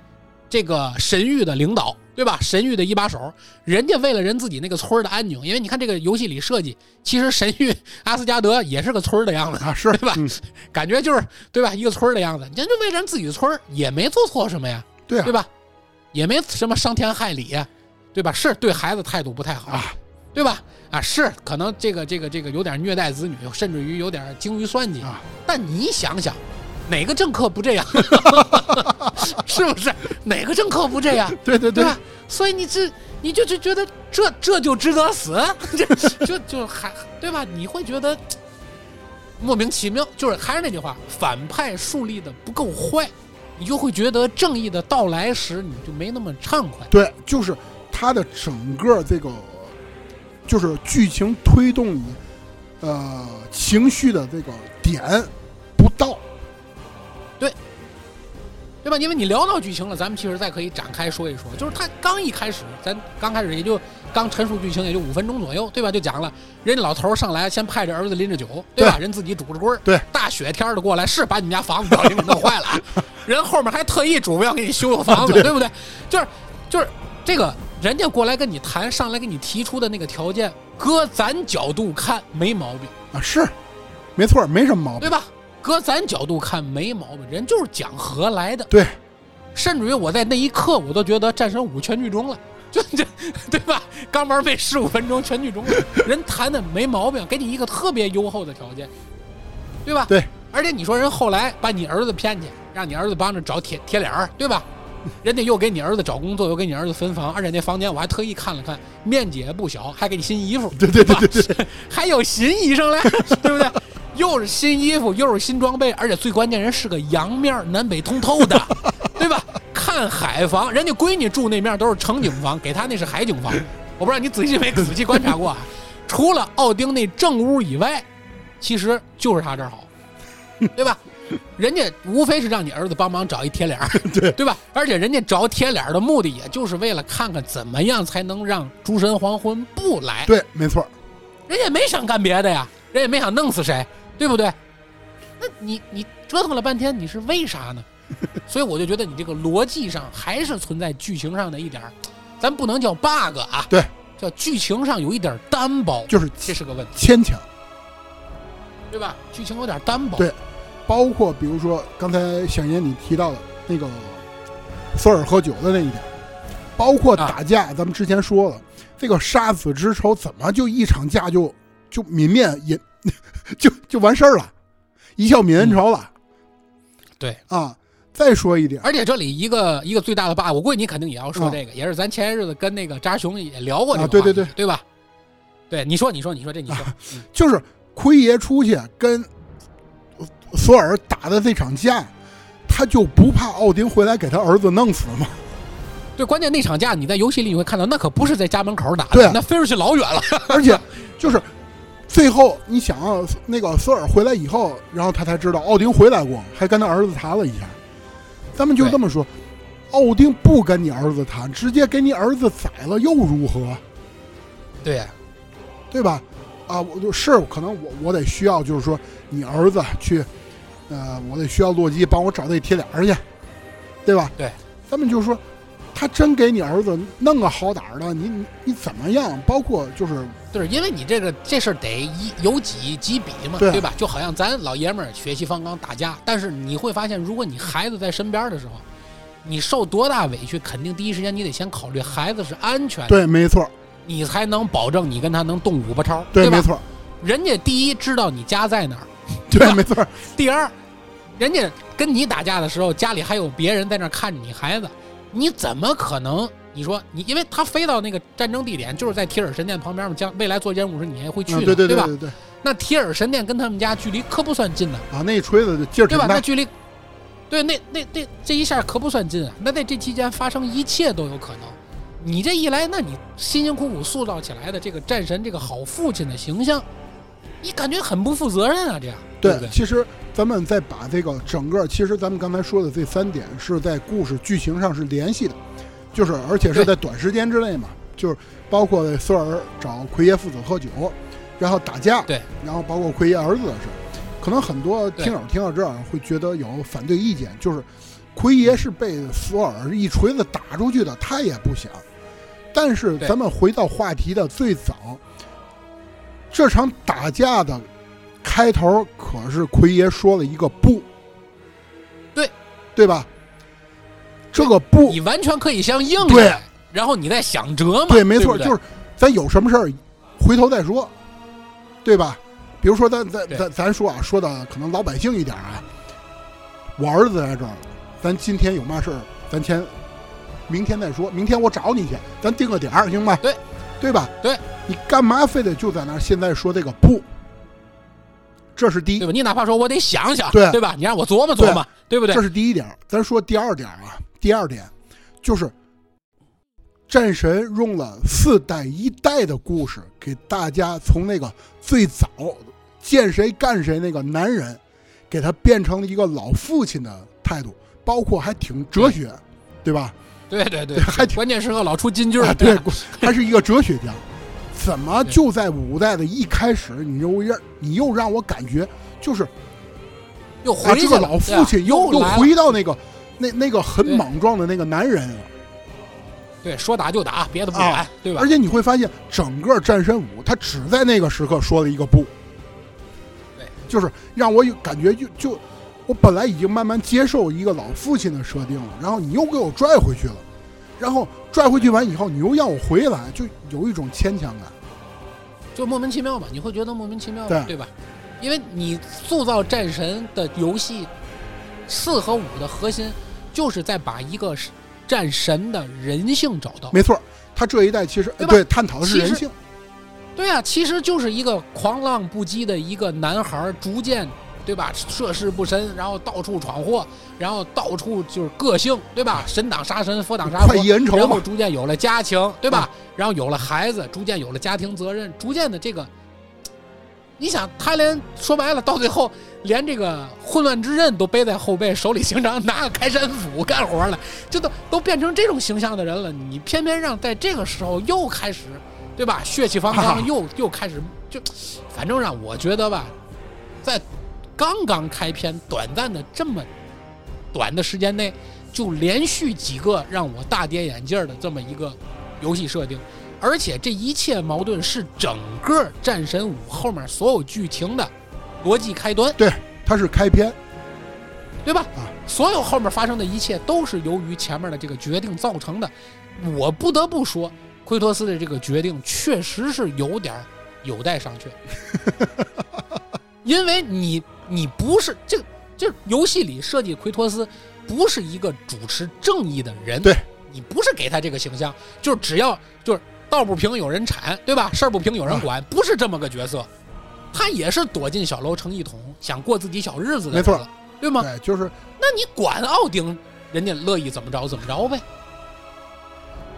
S2: 这个神域的领导，对吧？神域的一把手，人家为了人自己那个村儿的安宁，因为你看这个游戏里设计，其实神域 阿斯加德也是个村儿的样子，
S1: 啊，是
S2: 对吧
S1: 嗯
S2: 感觉就是对吧？一个村儿的样子，人家就为了人自己的村儿也没做错什么呀，
S1: 对啊
S2: 对，吧？也没什么伤天害理呀，对吧？是对孩子态度不太好，
S1: 啊
S2: 对吧？啊，是可能这个这个这个有点虐待子女，甚至于有点精于算计。
S1: 啊
S2: 但你想想，哪个政客不这样？ 是不是？哪个政客不这样？
S1: 对对
S2: 对吧？所以你这你就就觉得这这就值得死， 这这就还对吧？你会觉得嗯莫名其妙，就是还是那句话，反派树立的不够坏，你就会觉得正义的到来时你就没那么畅快。
S1: 对，就是它的整个这个，就是剧情推动你，呃，情绪的这个点不到，
S2: 对吧？因为你聊到剧情了，咱们其实再可以展开说一说。就是他刚一开始，咱刚开始也就刚陈述剧情，也就五分钟左右，对吧？就讲了，人家老头儿上来先派着儿子拎着酒，对吧？人自己拄着棍儿，
S1: 对，
S2: 大雪天儿的过来，是把你们家房子不小心给弄坏了 啊，人后面还特意嘱咐要给你修修房子，对不对？就是就是这个人家过来跟你谈，上来给你提出的那个条件，搁咱角度看没毛病。
S1: 啊，是，没错儿，没什么毛病。
S2: 对吧？搁咱角度看没毛病，人就是讲和来的。
S1: 对，
S2: 甚至于我在那一刻，我都觉得《战神五》全剧终了，就这，对吧？刚玩被十五分钟全剧终了，人谈的没毛病，给你一个特别优厚的条件，对吧？
S1: 对。
S2: 而且你说人后来把你儿子骗去，让你儿子帮着找铁铁脸儿，对吧？人家又给你儿子找工作，又给你儿子分房，而且那房间我还特意看了看，面积也不小，还给你新衣服，
S1: 对对对对对，
S2: 还有新衣裳嘞， 对不对？又是新衣服，又是新装备，而且最关键，人是个阳面儿，南北通透 的，对吧？看海房，人家闺女住那面都是城景房，给她那是海景房。我不知道你仔细没仔细观察过啊？除了奥丁那正屋以外，其实就是他这儿好， 对吧？人家无非是让你儿子帮忙找一贴 脸儿，对对吧？而且人家找贴脸儿的目的，也就是为了看看怎么样才能让诸神黄昏不来。
S1: 对，没错儿，
S2: 人也没想干别的呀，人也没想弄死谁，对不对？那你你折腾了半天，你是为啥 呢？所以我就觉得你这个逻辑上还是存在剧情上的一点儿，咱不能叫 bug 啊，
S1: 对，
S2: 叫剧情上有一点儿单薄，
S1: 就是
S2: 这是个问题，
S1: 牵强。
S2: 对吧？剧情有点单薄，
S1: 对包括比如说刚才小爷你提到的那个索尔喝酒的那一点，包括打架，咱们之前说了，这个杀子之仇怎么就一场架就就泯灭也就就完事儿了，一笑泯恩仇了。
S2: 对
S1: 啊，再说一点，
S2: 而且这里一个一个最大的 bug，我估计你肯定也要说这个，也是咱前些日子跟那个扎熊也聊过这个
S1: 啊啊对对
S2: 话题
S1: 对，
S2: 对吧？对，你说，你说，你说，这你说， 嗯
S1: 就是奎爷出去跟索尔打的这场架，他就不怕奥丁回来给他儿子弄死吗？
S2: 对，关键那场架你在游戏里你会看到，那可不是在家门口打的，
S1: 对啊
S2: 那飞出去老远 了。
S1: 而且就是最后，你想啊，那个索尔回来以后，然后他才知道奥丁回来过，还跟他儿子谈了一下。咱们就
S2: 对
S1: 这么说，奥丁不跟你儿子谈，直接给你儿子宰了又如何？
S2: 对，
S1: 啊对吧？啊，我就是可能我我得需要，就是说你儿子去，呃，我得需要洛基帮我找那铁链儿去，对吧？
S2: 对，
S1: 咱们就说，他真给你儿子弄个好歹儿的，你你你怎么样？包括就是
S2: 就是因为你这个这事儿得一有几几比嘛，
S1: 对啊
S2: 对吧？就好像咱老爷们儿血气方刚打架，但是你会发现，如果你孩子在身边的时候，你受多大委屈，肯定第一时间你得先考虑孩子是安全的，
S1: 对，没错儿，
S2: 你才能保证你跟他能动五八超，
S1: 对，没
S2: 吧？
S1: 错儿，
S2: 人家第一知道你家在哪儿，
S1: 对，没错儿，
S2: 第二，人家跟你打架的时候，家里还有别人在那儿看着你孩子，你怎么可能？你说你，因为他飞到那个战争地点，就是在铁尔神殿旁边嘛，将未来做任务时你还会去的，
S1: 嗯，对对
S2: 吧？
S1: 对对
S2: 那铁尔神殿跟他们家距离可不算近呢，
S1: 啊，那一锤子就劲儿挺
S2: 对吧？那
S1: 大，
S2: 距离，对，那那那这一下可不算近啊。那在这期间发生一切都有可能。你这一来，那你辛辛苦苦塑造起来的这个战神这个好父亲的形象，你感觉很不负责任啊！这样，对不对？
S1: 其实咱们再把这个整个，其实咱们刚才说的这三点是在故事剧情上是联系的，就是而且是在短时间之内嘛，就是包括索尔找奎爷父子喝酒，然后打架，
S2: 对，
S1: 然后包括奎爷儿子的事儿，可能很多听友听到这儿会觉得有反对意见，就是奎爷是被索尔一锤子打出去的，他也不想。但是
S2: 对
S1: 咱们回到话题的最早，这场打架的开头可是奎爷说了一个不，
S2: 对
S1: 对吧？这个不
S2: 你完全可以先硬
S1: 对
S2: 来，然后你再想辙嘛。
S1: 对，没错，
S2: 不
S1: 就是咱有什么事儿回头再说，对吧？比如说咱咱
S2: 对
S1: 咱咱说啊，说的可能老百姓一点啊，我儿子在这儿，咱今天有嘛事儿，咱先明天再说，明天我找你去，咱定个点儿行吗？
S2: 对，
S1: 对吧？
S2: 对，
S1: 你干嘛非得就在那儿现在说这个不？这是第一
S2: 对，吧？你哪怕说我得想想，
S1: 对
S2: 吧？你让我琢磨
S1: 对
S2: 琢磨，对不对
S1: 这？是第一点儿。咱说第二点儿啊，第二点就是战神用了四代一代的故事，给大家从那个最早见谁干谁那个男人，给他变成了一个老父亲的态度，包括还挺哲学，对吧？
S2: 对对对，
S1: 还挺
S2: 关键时刻老出金句
S1: 啊
S2: 儿，
S1: 对， 他是一个哲学家。怎么就在五代的一开始，你又让你又让我感觉就是
S2: 又
S1: 啊，
S2: 回
S1: 这
S2: 去
S1: 个
S2: 了。
S1: 老
S2: 对啊
S1: 父亲又又
S2: 来了
S1: 回到那个那那个很
S2: 对
S1: 莽撞的那个男人啊了。
S2: 对，说打就打，别的不
S1: 啊
S2: 管，对吧
S1: 而？且你会发现，整个《战神五》它只在那个时刻说了一个不，
S2: 对，
S1: 就是让我有感觉就就我本来已经慢慢接受一个老父亲的设定了，然后你又给我拽回去了，然后拽回去完以后，你又让我回来，就有一种牵强
S2: 哦
S1: 感。
S2: 就莫名其妙嘛，你会觉得莫名其妙，
S1: 对
S2: 对吧？因为你塑造战神的游戏四和五的核心，就是在把一个战神的人性找到。
S1: 没错，他这一代其实
S2: 对吧
S1: 对探讨的是
S2: 其实
S1: 人性，
S2: 对啊，其实就是一个狂浪不羁的一个男孩儿，逐渐对吧，涉世不深，然后到处闯祸，然后到处就是个性，对吧？神挡杀神，佛挡杀佛
S1: 快，意恩仇
S2: 然
S1: 嘛嗯
S2: 后，逐渐有了家情，对吧？然后有了孩子，逐渐有了家庭责任，逐渐的这个，你想他连说白了，到最后连这个混乱之刃都背在后背，手里经常拿个开山斧干活了，就都都变成这种形象的人了。你偏偏让在这个时候又开始，对吧？血气方
S1: 啊
S2: 刚又又开始，就反正让我觉得吧，在刚刚开篇短暂的这么短的时间内，就连续几个让我大跌眼镜儿的这么一个游戏设定，而且这一切矛盾是整个《战神五》后面所有剧情的逻辑开端。
S1: 对，他是开篇，
S2: 对吧？
S1: 啊
S2: 所有后面发生的一切都是由于前面的这个决定造成的。我不得不说，奎托斯的这个决定确实是有点儿有待商榷， 因为你你不是这这游戏里设计奎托斯不是一个主持正义的人，
S1: 对
S2: 你不是给他这个形象，就是只要就是道不平有人铲，对吧？事儿不平有人管，
S1: 啊
S2: 不是这么个角色。他也是躲进小楼成一统，想过自己小日子的，
S1: 没错，
S2: 对吗？
S1: 对，就是
S2: 那你管奥丁，人家乐意怎么着怎么着呗，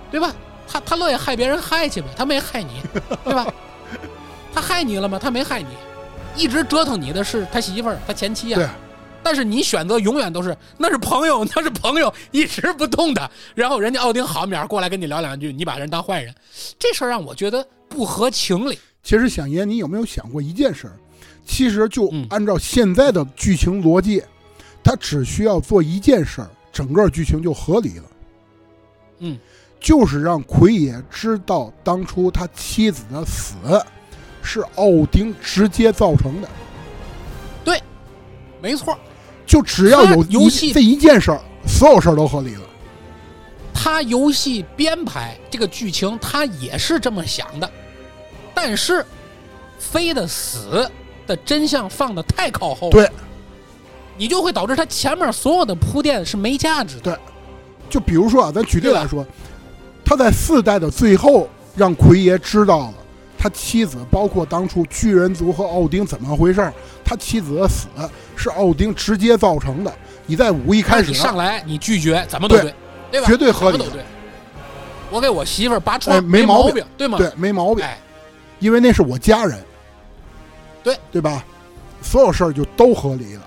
S2: 对吧？他他乐意害别人害去呗，他没害你，对吧？他害你了吗？他没害你，一直折腾你的是他媳妇儿，他前妻啊。
S1: 对。
S2: 但是你选择永远都是那是朋友，那是朋友，一直不动的。然后人家奥丁好面儿过来跟你聊两句，你把人当坏人，这事儿让我觉得不合情理。
S1: 其实想爷，你有没有想过一件事儿？其实就
S2: 嗯
S1: 按照现在的剧情逻辑，他只需要做一件事儿，整个剧情就合理了。
S2: 嗯，
S1: 就是让奎爷知道当初他妻子的死是奥丁直接造成的，
S2: 没错儿，
S1: 就只要有
S2: 他游
S1: 一
S2: 戏
S1: 这一件事儿，所有事儿都合理了。
S2: 他游戏编排这个剧情，他也是这么想的，但是飞的死的真相放的太靠后，
S1: 对，
S2: 你就会导致他前面所有的铺垫是没价值的。
S1: 就比如说啊，咱举例
S2: 对吧
S1: 来说，他在四代的最后让奎爷知道了他妻子，包括当初巨人族和奥丁怎么回事儿，他妻子的死是奥丁直接造成的。你在五一开始
S2: 你上来你拒绝，怎么都对，
S1: 对
S2: 对吧？
S1: 绝对合
S2: 怎么
S1: 理
S2: 都，对。我给我媳妇儿拔窗、
S1: 哎没
S2: 毛
S1: 毛病
S2: 病，对吗？
S1: 对，没毛病，
S2: 哎，
S1: 因为那是我家人，
S2: 对
S1: 对吧？所有事儿就都合理了。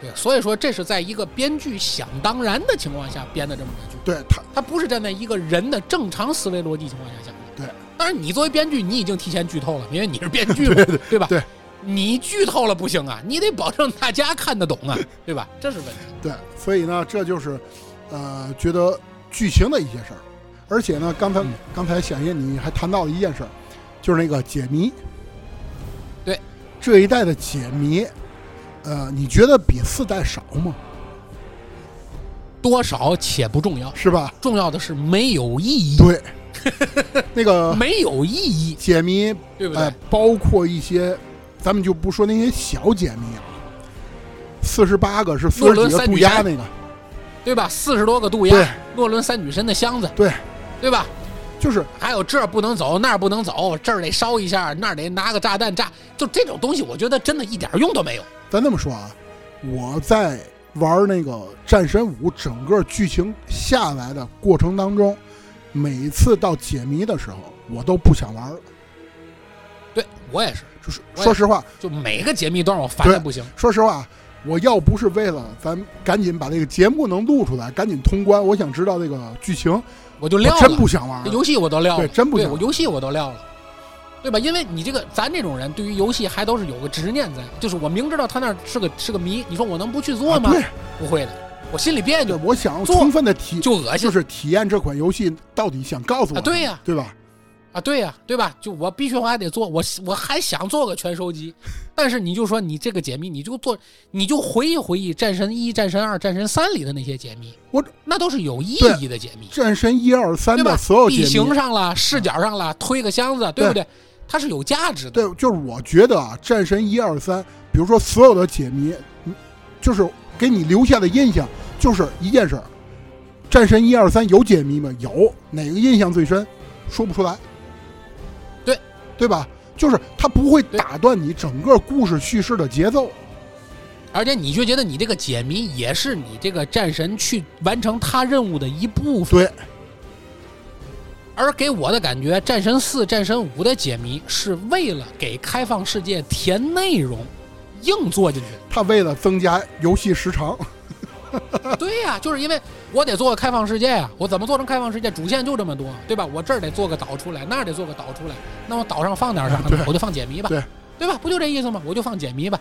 S2: 对，所以说这是在一个编剧想当然的情况下编的这么个剧。
S1: 对他，
S2: 它不是站在一个人的正常思维逻辑情况下讲的。
S1: 对，
S2: 当然你作为编剧，你已经提前剧透了，因为你是编剧嘛，对吧？
S1: 对，
S2: 你剧透了不行啊，你得保证大家看得懂啊，对吧？这是问题。
S1: 对，所以呢，这就是，呃，觉得剧情的一些事儿。而且呢，刚才、
S2: 嗯
S1: 刚才小叶你还谈到了一件事儿，就是那个解谜。
S2: 对，
S1: 这一代的解谜，呃，你觉得比四代少吗？
S2: 多少且不重要，
S1: 是吧？
S2: 重要的是没有意义，
S1: 对，那个
S2: 没有意义，
S1: 解谜，
S2: 对不对？
S1: 呃，包括一些，咱们就不说那些小解谜啊，四十八个是四十
S2: 诺伦
S1: 几个
S2: 三
S1: 渡
S2: 女
S1: 鸦
S2: 神
S1: 那个，
S2: 对吧？四十多个渡
S1: 对
S2: 鸦，诺伦三女神的箱子，
S1: 对，
S2: 对吧？
S1: 就是
S2: 还有这儿不能走，那儿不能走，这儿得烧一下，那儿得拿个炸弹炸，就这种东西，我觉得真的一点用都没有。
S1: 咱这么说啊，我在玩那个《战神五》整个剧情下来的过程当中，每次到解谜的时候，我都不想玩了。
S2: 对我也是，
S1: 就是
S2: 我也
S1: 说实话，
S2: 就每个解密都让我烦的不行。
S1: 说实话，我要不是为了咱赶紧把这个节目能录出来，赶紧通关，我想知道这个剧情，
S2: 我就
S1: 我
S2: 撂
S1: 真
S2: 了，
S1: 不想玩
S2: 这
S1: 了。
S2: 游戏我都撂了，
S1: 对真不
S2: 对
S1: 想
S2: 我游戏我都撂了，对吧？因为你这个咱这种人，对于游戏还都是有个执念在，就是我明知道他那儿是个是个谜，你说我能不去做
S1: 啊
S2: 吗？
S1: 对
S2: 不会的，我心里别
S1: 对
S2: 扭，
S1: 我想
S2: 做
S1: 充分的体，
S2: 就恶心
S1: 就是体验这款游戏到底想告诉我什
S2: 啊！
S1: 么，
S2: 对呀、
S1: 对吧？
S2: 啊，对呀、对吧？就我必须我还得做，我我还想做个全收集，但是你就说你这个解密，你就做，你就回忆回忆《战神一》《战神二》《战神三》里的那些解密，
S1: 我
S2: 那都是有意义的解密。
S1: 《战神一二三》
S2: 对吧
S1: 的所有
S2: 地
S1: 哦解谜
S2: 形，啊上了，视角上了，推个箱子，对不对？它是有价值的。
S1: 对，就是我觉得啊，《战神一二三》，比如说所有的解谜，嗯就是给你留下的印象就是一件事儿，《战神一二三》有解谜吗？有，哪个印象最深？说不出来。
S2: 对，
S1: 对吧？就是它不会
S2: 对
S1: 打断你整个故事叙事的节奏。
S2: 而且你就觉得你这个解谜也是你这个战神去完成他任务的一部分。
S1: 对，
S2: 而给我的感觉，战神四、战神五的解谜是为了给开放世界填内容，硬做进去的。
S1: 它为了增加游戏时长，
S2: 对呀、就是因为我得做个开放世界呀、我怎么做成开放世界？主线就这么多，对吧？我这儿得做个岛出来，那儿得做个岛出来，那我岛上放点啥呢
S1: 对？
S2: 我就放解谜吧，
S1: 对
S2: 吧？不就这意思吗？我就放解谜吧，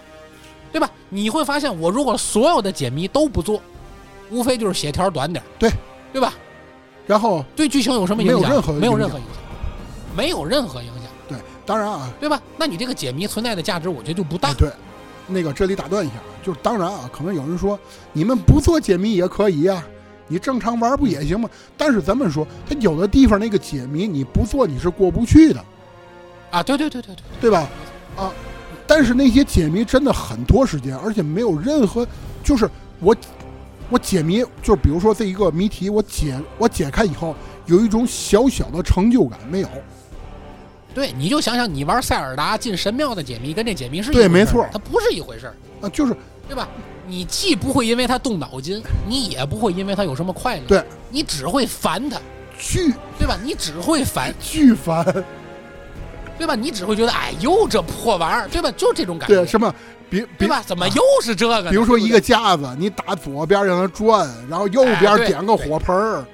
S2: 对吧？你会发现，我如果所有的解谜都不做，无非就是写条短点儿，
S1: 对
S2: 对吧？
S1: 然后
S2: 对剧情有什么影响？
S1: 没有任何
S2: 没有
S1: 影
S2: 任
S1: 响
S2: 何影响，没有任何影响，
S1: 对，当然啊，
S2: 对吧？那你这个解谜存在的价值，我觉得就不大。
S1: 哎对，那个这里打断一下啊，就是当然啊，可能有人说你们不做解谜也可以啊，你正常玩不也行吗？但是咱们说，它有的地方那个解谜你不做你是过不去的，
S2: 啊，对对对对对，
S1: 对吧？啊，但是那些解谜真的很拖时间，而且没有任何，就是我我解谜，就是比如说这一个谜题，我解我解开以后有一种小小的成就感，没有。
S2: 对，你就想想你玩塞尔达进神庙的解谜，跟这解谜是一
S1: 对
S2: 回
S1: 没
S2: 事儿
S1: 错
S2: 它不是一回事儿，
S1: 啊，就是
S2: 对吧？你既不会因为它动脑筋，你也不会因为它有什么快乐，
S1: 对
S2: 你只会烦它，
S1: 巨
S2: 对吧？你只会烦，
S1: 巨烦，
S2: 对吧？你只会觉得哎，又这破玩意儿，对吧？就这种感
S1: 对
S2: 觉，
S1: 什么，比比
S2: 哎对吧？怎么又是这个呢？
S1: 比如说
S2: 对
S1: 一
S2: 不
S1: 个
S2: 对
S1: 架子，你打左边让它转，然后右边
S2: 哎对
S1: 点个
S2: 对
S1: 火盆儿，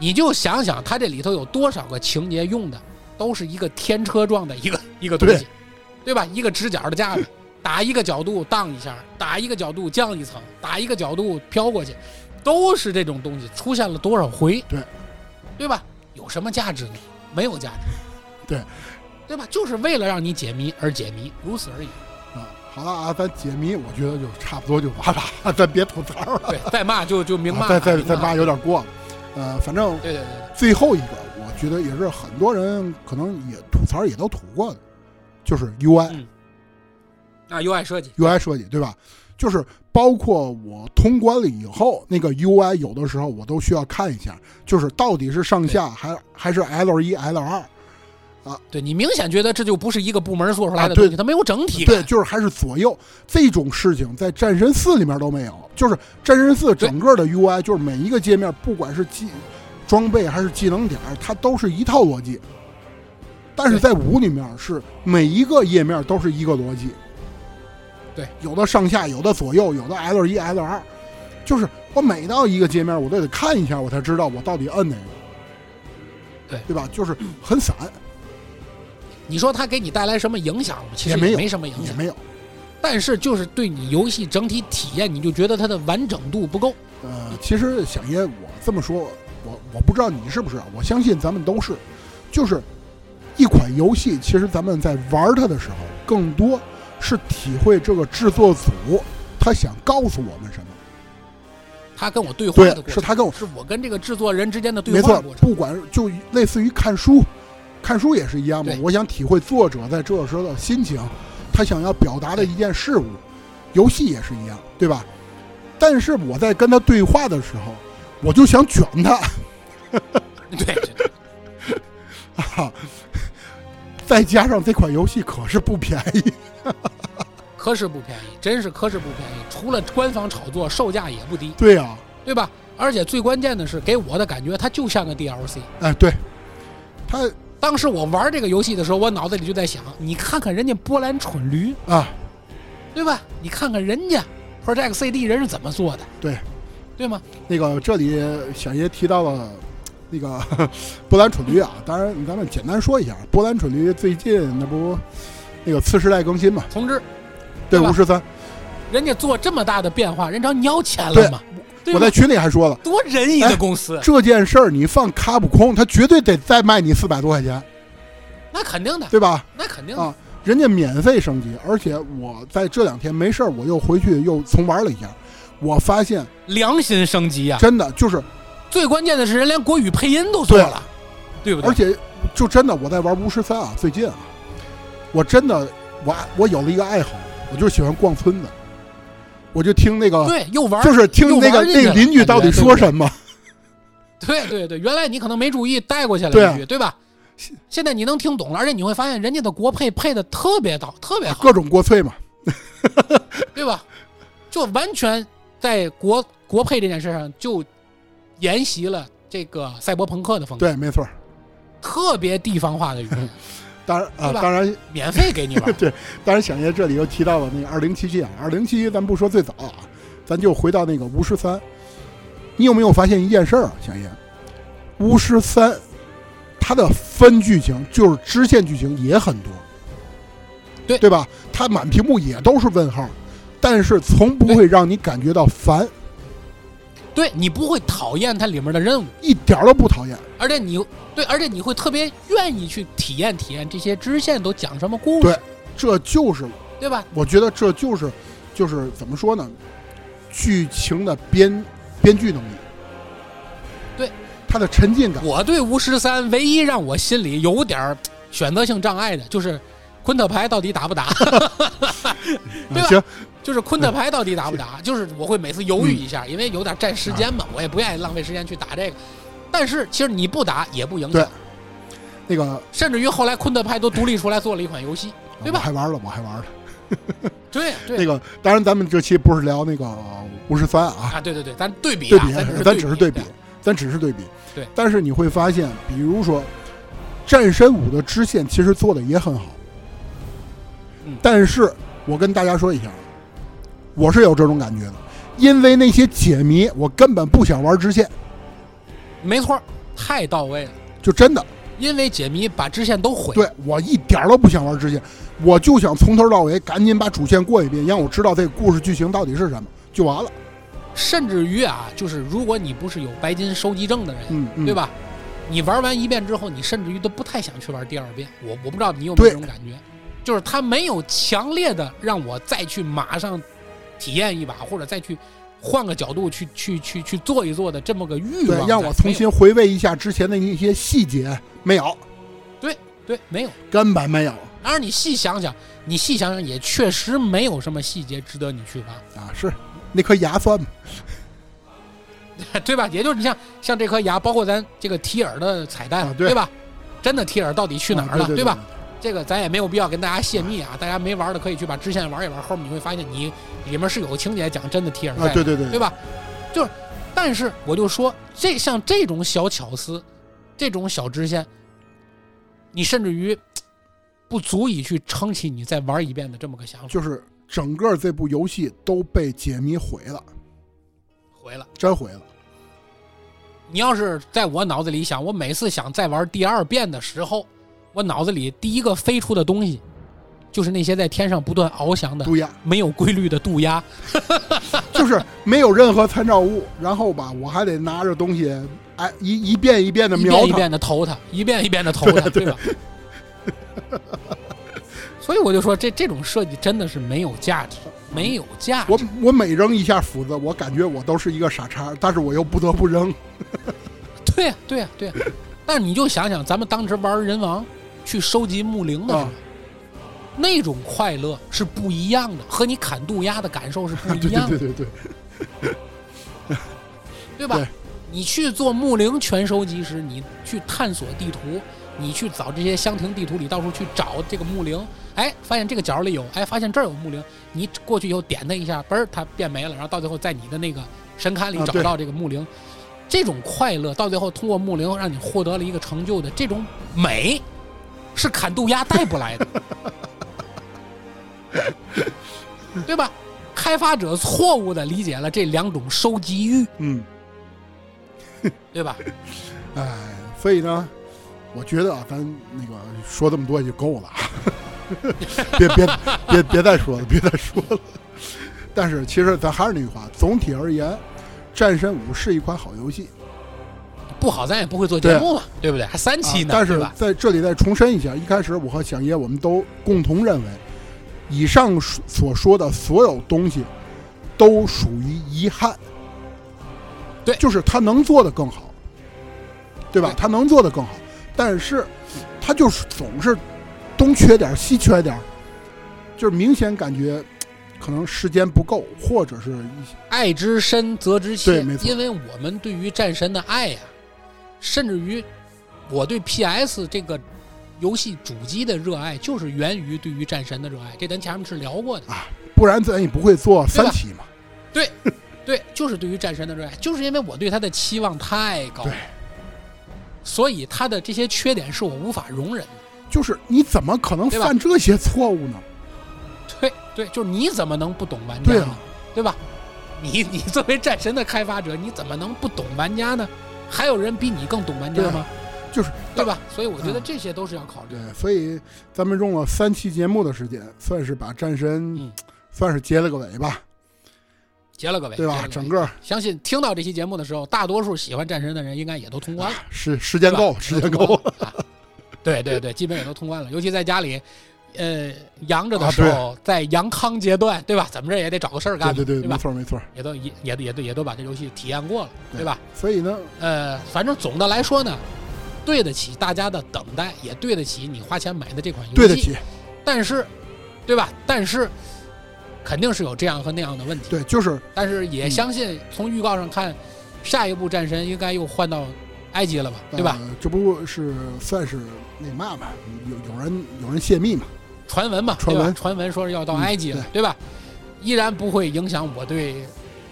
S2: 你就想想它这里头有多少个情节用的都是一个天车状的一个 一个东西，对吧？一个直角的架子，打一个角度荡一下，打一个角度降一层，打一个角度飘过去，都是这种东西出现了多少回？
S1: 对，
S2: 对吧？有什么价值呢？没有价值。
S1: 对，
S2: 对吧？就是为了让你解谜而解谜，如此而已。
S1: 啊，好了啊，咱解谜，我觉得就差不多就完了， 咱别吐槽了，
S2: 对，再骂就就明骂
S1: 啊再
S2: 了，
S1: 再
S2: 明
S1: 再
S2: 骂
S1: 骂
S2: 了。
S1: 有点过了。呃，反正
S2: 对对对对，
S1: 最后一个，我觉得也是很多人可能也吐槽也都吐过的，就是 UI
S2: 嗯啊，优爱设计，
S1: UI 设计，对吧？就是包括我通关了以后，那个 UI 有的时候我都需要看一下，就是到底是上下还还是 L 一 L 二，
S2: 对你明显觉得这就不是一个部门做出来
S1: 啊
S2: 的
S1: 对
S2: 东西，它没有整体感。
S1: 对，就是还是左右这种事情，在战神四里面都没有。就是战神四整个的 UI，就是每一个界面，不管是技装备还是技能点儿，它都是一套逻辑。但是在五里面是每一个页面都是一个逻辑，
S2: 对，
S1: 有的上下，有的左右，有的 L 一 L 二，就是我每到一个界面，我都得看一下，我才知道我到底摁哪个，
S2: 对
S1: 对吧？就是很散，
S2: 你说它给你带来什么影响吗？其
S1: 也
S2: 实
S1: 没有
S2: 没什么影
S1: 也
S2: 响，
S1: 没有。
S2: 但是就是对你游戏整体体验，你就觉得它的完整度不够。
S1: 呃，其实小爷，我这么说，我我不知道你是不是啊，我相信咱们都是，就是一款游戏，其实咱们在玩它的时候，更多是体会这个制作组他想告诉我们什么。
S2: 他跟我对话
S1: 对
S2: 的过，程，
S1: 是他跟我，
S2: 是我跟这个制作人之间的
S1: 没
S2: 对话
S1: 错
S2: 过，程。
S1: 不管就类似于看书，看书也是一样嘛
S2: 对。
S1: 我想体会作者在这时候的心情，他想要表达的一件事物，游戏也是一样，对吧？但是我在跟他对话的时候，我就想卷他。
S2: 对，对
S1: 啊， 再加上这款游戏可是不便宜，
S2: 科室不便宜，真是科室不便宜。除了官方炒作，售价也不低，
S1: 对呀、啊，
S2: 对吧？而且最关键的是，给我的感觉，它就像个 DLC。
S1: 哎，对，它
S2: 当时我玩这个游戏的时候，我脑子里就在想，你看看人家波兰蠢驴，
S1: 啊，
S2: 对吧？你看看人家 Project CD 人是怎么做的，
S1: 对，
S2: 对吗？
S1: 那个这里小爷提到了那个波兰蠢驴啊，当然咱们简单说一下，波兰蠢驴最近那不那个次世代更新嘛，
S2: 同志，
S1: 对
S2: 对吧
S1: 五十三，
S2: 人家做这么大的变化，人找你要钱
S1: 对
S2: 了吗？对
S1: 我
S2: 吧
S1: 在哎群里还说了。
S2: 多仁义的公司，
S1: 这件事儿你放卡普空，他绝对得再卖你四百多块钱，
S2: 那肯定的，
S1: 对吧？
S2: 那肯定
S1: 啊
S2: 的。
S1: 人家免费升级，而且我在这两天没事儿，我又回去又重玩了一下，我发现
S2: 良心升级啊！
S1: 真的就是
S2: 最关键的是，人连国语配音都做了，对不对？
S1: 而且就真的我在玩巫师三啊，最近啊，我真的我我有了一个爱好，我就喜欢逛村子，我就听那个
S2: 对，又玩儿，
S1: 啊就是听那个
S2: 又玩进去
S1: 那
S2: 了
S1: 邻居到底说什么，
S2: 对对对，原来你可能没注意带过去了
S1: 对啊
S2: 一句，对吧？现在你能听懂了，而且你会发现人家的国配配的特别到，特 别好，
S1: 各种国粹嘛。
S2: 对吧？就完全在国国配这件事上就沿袭了这个赛博朋克的风格，
S1: 对，没错儿。
S2: 特别地方化的语言，
S1: 当然啊，
S2: 对吧
S1: 当然，。
S2: 免费给你玩
S1: 对，当然，小叶这里又提到了那个二零七七啊，二零七七咱不说最早啊，咱就回到那个巫师三。你有没有发现一件事儿啊，小叶？巫师三它的分剧情就是支线剧情也很多，
S2: 对
S1: 对吧？它满屏幕也都是问号，但是从不会让你感觉到烦，
S2: 对你不会讨厌它里面的任务，
S1: 一点儿都不讨厌。
S2: 而且你对，而且你会特别愿意去体验体验这些支线都讲什么故
S1: 对
S2: 事。
S1: 这就是
S2: 对吧？
S1: 我觉得这就是就是怎么说呢，剧情的编编剧能力，
S2: 对
S1: 它的沉浸感，
S2: 我对巫师三唯一让我心里有点儿选择性障碍的就是。昆特牌到底打不 打？对吧啊
S1: 啊行，
S2: 就是昆特牌到底打 不打？就是我会每次犹豫一下，
S1: 嗯
S2: 因为有点占时间嘛，我也不愿意浪费时间去打这个。但是其实你不打也不影
S1: 对
S2: 响，
S1: 那个
S2: 甚至于后来昆特牌都独立出来做了一款游戏。对吧
S1: 我还玩了，我还玩了。
S2: 对对
S1: 那个当然，咱们这期不是聊那个巫师三啊，
S2: 啊，对对对，咱对比
S1: 对
S2: 啊
S1: 比，
S2: 咱
S1: 咱只是对比
S2: 比，啊
S1: 咱只是对比。
S2: 对，
S1: 但是你会发现，比如说《战神五》的支线其实做的也很好，
S2: 嗯
S1: 但是我跟大家说一下，我是有这种感觉的，因为那些解谜我根本不想玩支线，
S2: 没错儿，太到位了。
S1: 就真的，
S2: 因为解谜把支线都毁，
S1: 对我一点儿都不想玩支线，我就想从头到尾赶紧把主线过一遍，让我知道这个故事剧情到底是什么，就完了。
S2: 甚至于啊，就是如果你不是有白金收集证的人，
S1: 嗯，嗯
S2: 对？吧？你玩完一遍之后，你甚至于都不太想去玩第二遍。我我不知道你有没
S1: 对
S2: 有这种感觉，就是它没有强烈的让我再去马上体验一把，或者再去换个角度去去去去做一做的这么个欲
S1: 对
S2: 望在。，
S1: 让我重
S2: 没有
S1: 新回味一下之前的一些细节，没有，
S2: 对没有。
S1: 根本没有。
S2: 当然，你细想想，你细想想，也确实没有什么细节值得你去挖。
S1: 啊，是那颗牙酸吗？
S2: 哎对吧？也就是你像像这颗牙，包括咱这个提尔的彩蛋，
S1: 啊对
S2: 对吧？真的提尔到底去哪儿
S1: 啊
S2: 了，
S1: 对
S2: 吧？？这个咱也没有必要跟大家泄密啊，大家没玩的可以去把支线玩一玩，后面你会发现你里面是有个情节讲真的提尔在
S1: 啊，
S2: 的，
S1: 对对对
S2: 哎对吧？就是，但是我就说这像这种小巧思，这种小支线，你甚至于嘖不足以去撑起你再玩一遍的这么个想法，
S1: 就是整个这部游戏都被解谜毁了，
S2: 回了。
S1: 真毁了。
S2: 你要是在我脑子里想，我每次想再玩第二遍的时候，我脑子里第一个飞出的东西，就是那些在天上不断翱翔的、
S1: 杜鸦
S2: 没有规律的渡鸦。
S1: 就是没有任何参照物，然后吧，我还得拿着东西，哎，一一遍一遍的
S2: 一
S1: 瞄
S2: 遍一
S1: 它。
S2: 遍的 投他，一遍一遍的投他，对吧？ 所以我就说，这这种设计真的是没有价值，没有价值。
S1: 我我每扔一下斧子，我感觉我都是一个傻叉，但是我又不得不扔。
S2: 对呀、对呀、对呀、但是你就想想，咱们当时玩人王去收集木灵的时候，
S1: 啊
S2: 那种快乐是不一样的，和你砍渡鸦的感受是 不
S1: 对
S2: 一样的，
S1: 对对对对，
S2: 对吧？
S1: 对
S2: 你去做木灵全收集时，你去探索地图，你去找这些香亭地图里到处去找这个木灵，哎，发现这个角里有，哎，发现这儿有木灵，你过去以后点它一下，嘣儿它变没了，然后到最后在你的那个神龛里
S1: 啊
S2: 找
S1: 对
S2: 到这个木灵，这种快乐到最后通过木灵让你获得了一个成就的这种美，是砍渡鸦带不 来的，对吧？开发者错误的理解了这两种收集欲，
S1: 嗯，
S2: 对吧？
S1: 哎，所以呢，我觉得啊，咱那个说这么多也就够了啊， 别别别别再说了，别再说了。但是其实咱还是那句话，总体而言，《战神五》是一款好游戏，
S2: 不好，咱也不会做节目嘛，对不对？还三
S1: 啊
S2: 期呢，
S1: 但
S2: 对
S1: 是
S2: 吧？
S1: 在这里再重申一下，一开始我和响爷我们都共同认为，以上所说的所有东西都属于遗憾。
S2: 对
S1: 就是他能做的更好，对吧？
S2: 对
S1: 他能做的更好，但是他就是总是东缺点儿西缺点儿，就是明显感觉可能时间不够，或者是一些
S2: 爱之深，责之
S1: 对
S2: 切
S1: 没。错
S2: 因为我们对于战神的爱呀、甚至于我对 PS 这个游戏主机的热爱，就是源于对于战神的热爱。这咱前面是聊过
S1: 嗯
S2: 的，
S1: 不然咱也不会做
S2: 对
S1: 三
S2: 吧
S1: 期嘛。
S2: 对，就是对于战神的热爱，就是因为我对他的期望太高
S1: 对，
S2: 所以他的这些缺点是我无法容忍的。
S1: 就是你怎么可能
S2: 对吧
S1: 犯这些错误呢？
S2: 对对，就是你怎么能不懂玩家
S1: 对
S2: 呢？
S1: 啊，
S2: 对吧？你你作为战神的开发者，你怎么能不懂玩家呢？还有人比你更懂玩家
S1: 啊
S2: 吗？
S1: 就是啊嗯
S2: 对吧？所以我觉得这些都是要考虑
S1: 对
S2: 的。，
S1: 所以咱们用了三期节目的时间，算是把战神、
S2: 嗯
S1: 算是结了个尾吧，
S2: 结了个尾，
S1: 对
S2: 结
S1: 吧？
S2: 了
S1: 整
S2: 尾
S1: 个
S2: 相信听到这期节目的时候，大多数喜欢战神的人应该也都通关了，
S1: 时时
S2: 对
S1: 间
S2: 吧
S1: 啊够，时间够。
S2: 啊！对对对，基本也都通关了，尤其在家里。呃阳着的
S1: 啊
S2: 时候，在阳康阶段，对吧？怎么着也得找个事儿干嘛，
S1: 对对对，没
S2: 吧？
S1: 错没错。
S2: 也都也也都也都也都把这游戏体验过了，
S1: 对
S2: 对吧？
S1: 所以呢，
S2: 呃，反正总的来说呢，对得起大家的等待，也对得起你花钱买的这款游戏。
S1: 对得。起，
S2: 但是，对吧？但是肯定是有这样和那样的问题。
S1: 对，就是
S2: 但是也
S1: 嗯
S2: 相信从预告上看，下一步战神应该又换到埃及了吧，对吧？
S1: 呃这不是算是那嘛嘛，有有人有人泄密嘛？
S2: 传闻嘛，
S1: 传
S2: 对吧
S1: 闻？
S2: 传闻说是要到
S1: 嗯
S2: 埃及了，对吧？依然不会影响我对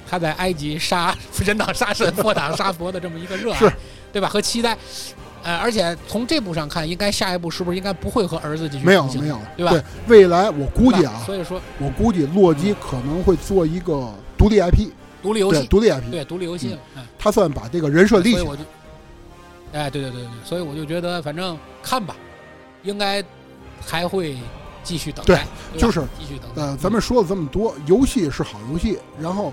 S2: 他在埃及杀 人挡杀神、佛挡杀佛的这么一个热爱
S1: 是，
S2: 对吧？和期待。呃，而且从这步上看，应该下一步是不是应该不会和儿子继续
S1: 没有
S2: 同行
S1: 没有，
S2: 对吧
S1: 未来我估计
S2: 对吧
S1: 啊，
S2: 所以说
S1: 我估计洛基可能会做一个独立 IP，
S2: 独立游
S1: 对，
S2: 戏，
S1: 独立 IP，
S2: 对独立游戏，嗯，
S1: 他算把这个人设立
S2: 所以
S1: 起来。
S2: 我就，哎，对对对对，所以我就觉得，反正看吧，应该还会继续等待，对吧
S1: 就是
S2: 继续等待。
S1: 呃，咱们说了这么多，游戏是好游戏，然后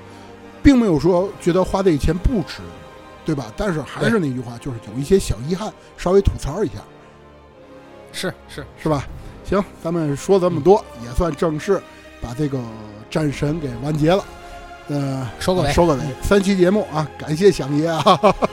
S1: 并没有说觉得花这钱不值，对吧？但是还是那句话，就是有一些小遗憾，稍微吐槽一下，
S2: 嗯是是，
S1: 是吧？行，咱们说这么多，
S2: 嗯
S1: 也算正式把这个战神给完结了。呃，
S2: 收个尾嗯
S1: 收个尾，三期节目啊，感谢响爷啊，
S2: 不不，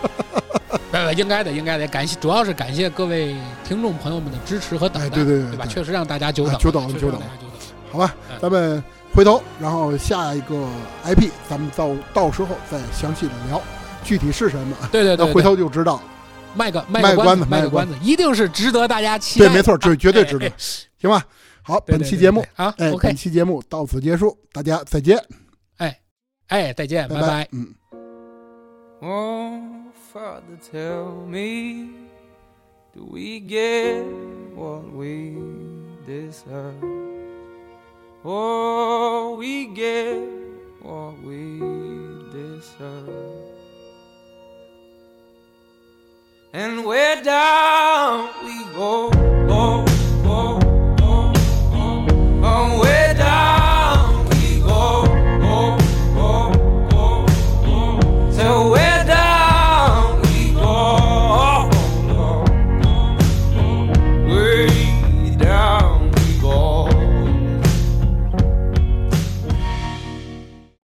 S2: 呃应该的，应该的，感谢，主要是感谢各位听众朋友们的支持和等 待，
S1: 哎，对对对
S2: 吧？
S1: 对
S2: 确实让大家久
S1: 哎
S2: 等，
S1: 久等了
S2: 确实
S1: 久
S2: 让
S1: 等
S2: 大家久等了。
S1: 好吧
S2: 嗯，
S1: 咱们回头，然后下一个 IP，咱们到到时候再详细的聊，具体是什么，
S2: 对对
S1: 那
S2: 对对，
S1: 回头就知道了。
S2: 卖个
S1: 卖
S2: 卖
S1: 个
S2: 个关
S1: 关子
S2: 卖
S1: 卖
S2: 个
S1: 个
S2: 关子，一定是值得大家期待
S1: 对，
S2: 的。
S1: 没错，这绝对值得
S2: 哎，
S1: 行吧？好，
S2: 对对
S1: 本期节目
S2: 对，对对
S1: 哎
S2: 啊，，OK，
S1: 本期节目到此结束，大家再见，
S2: 哎，再见，拜
S1: 拜，嗯。
S3: Oh, Father, tell me, do we get what we deserve? Oh, we get what we deserve. And we're down. oh,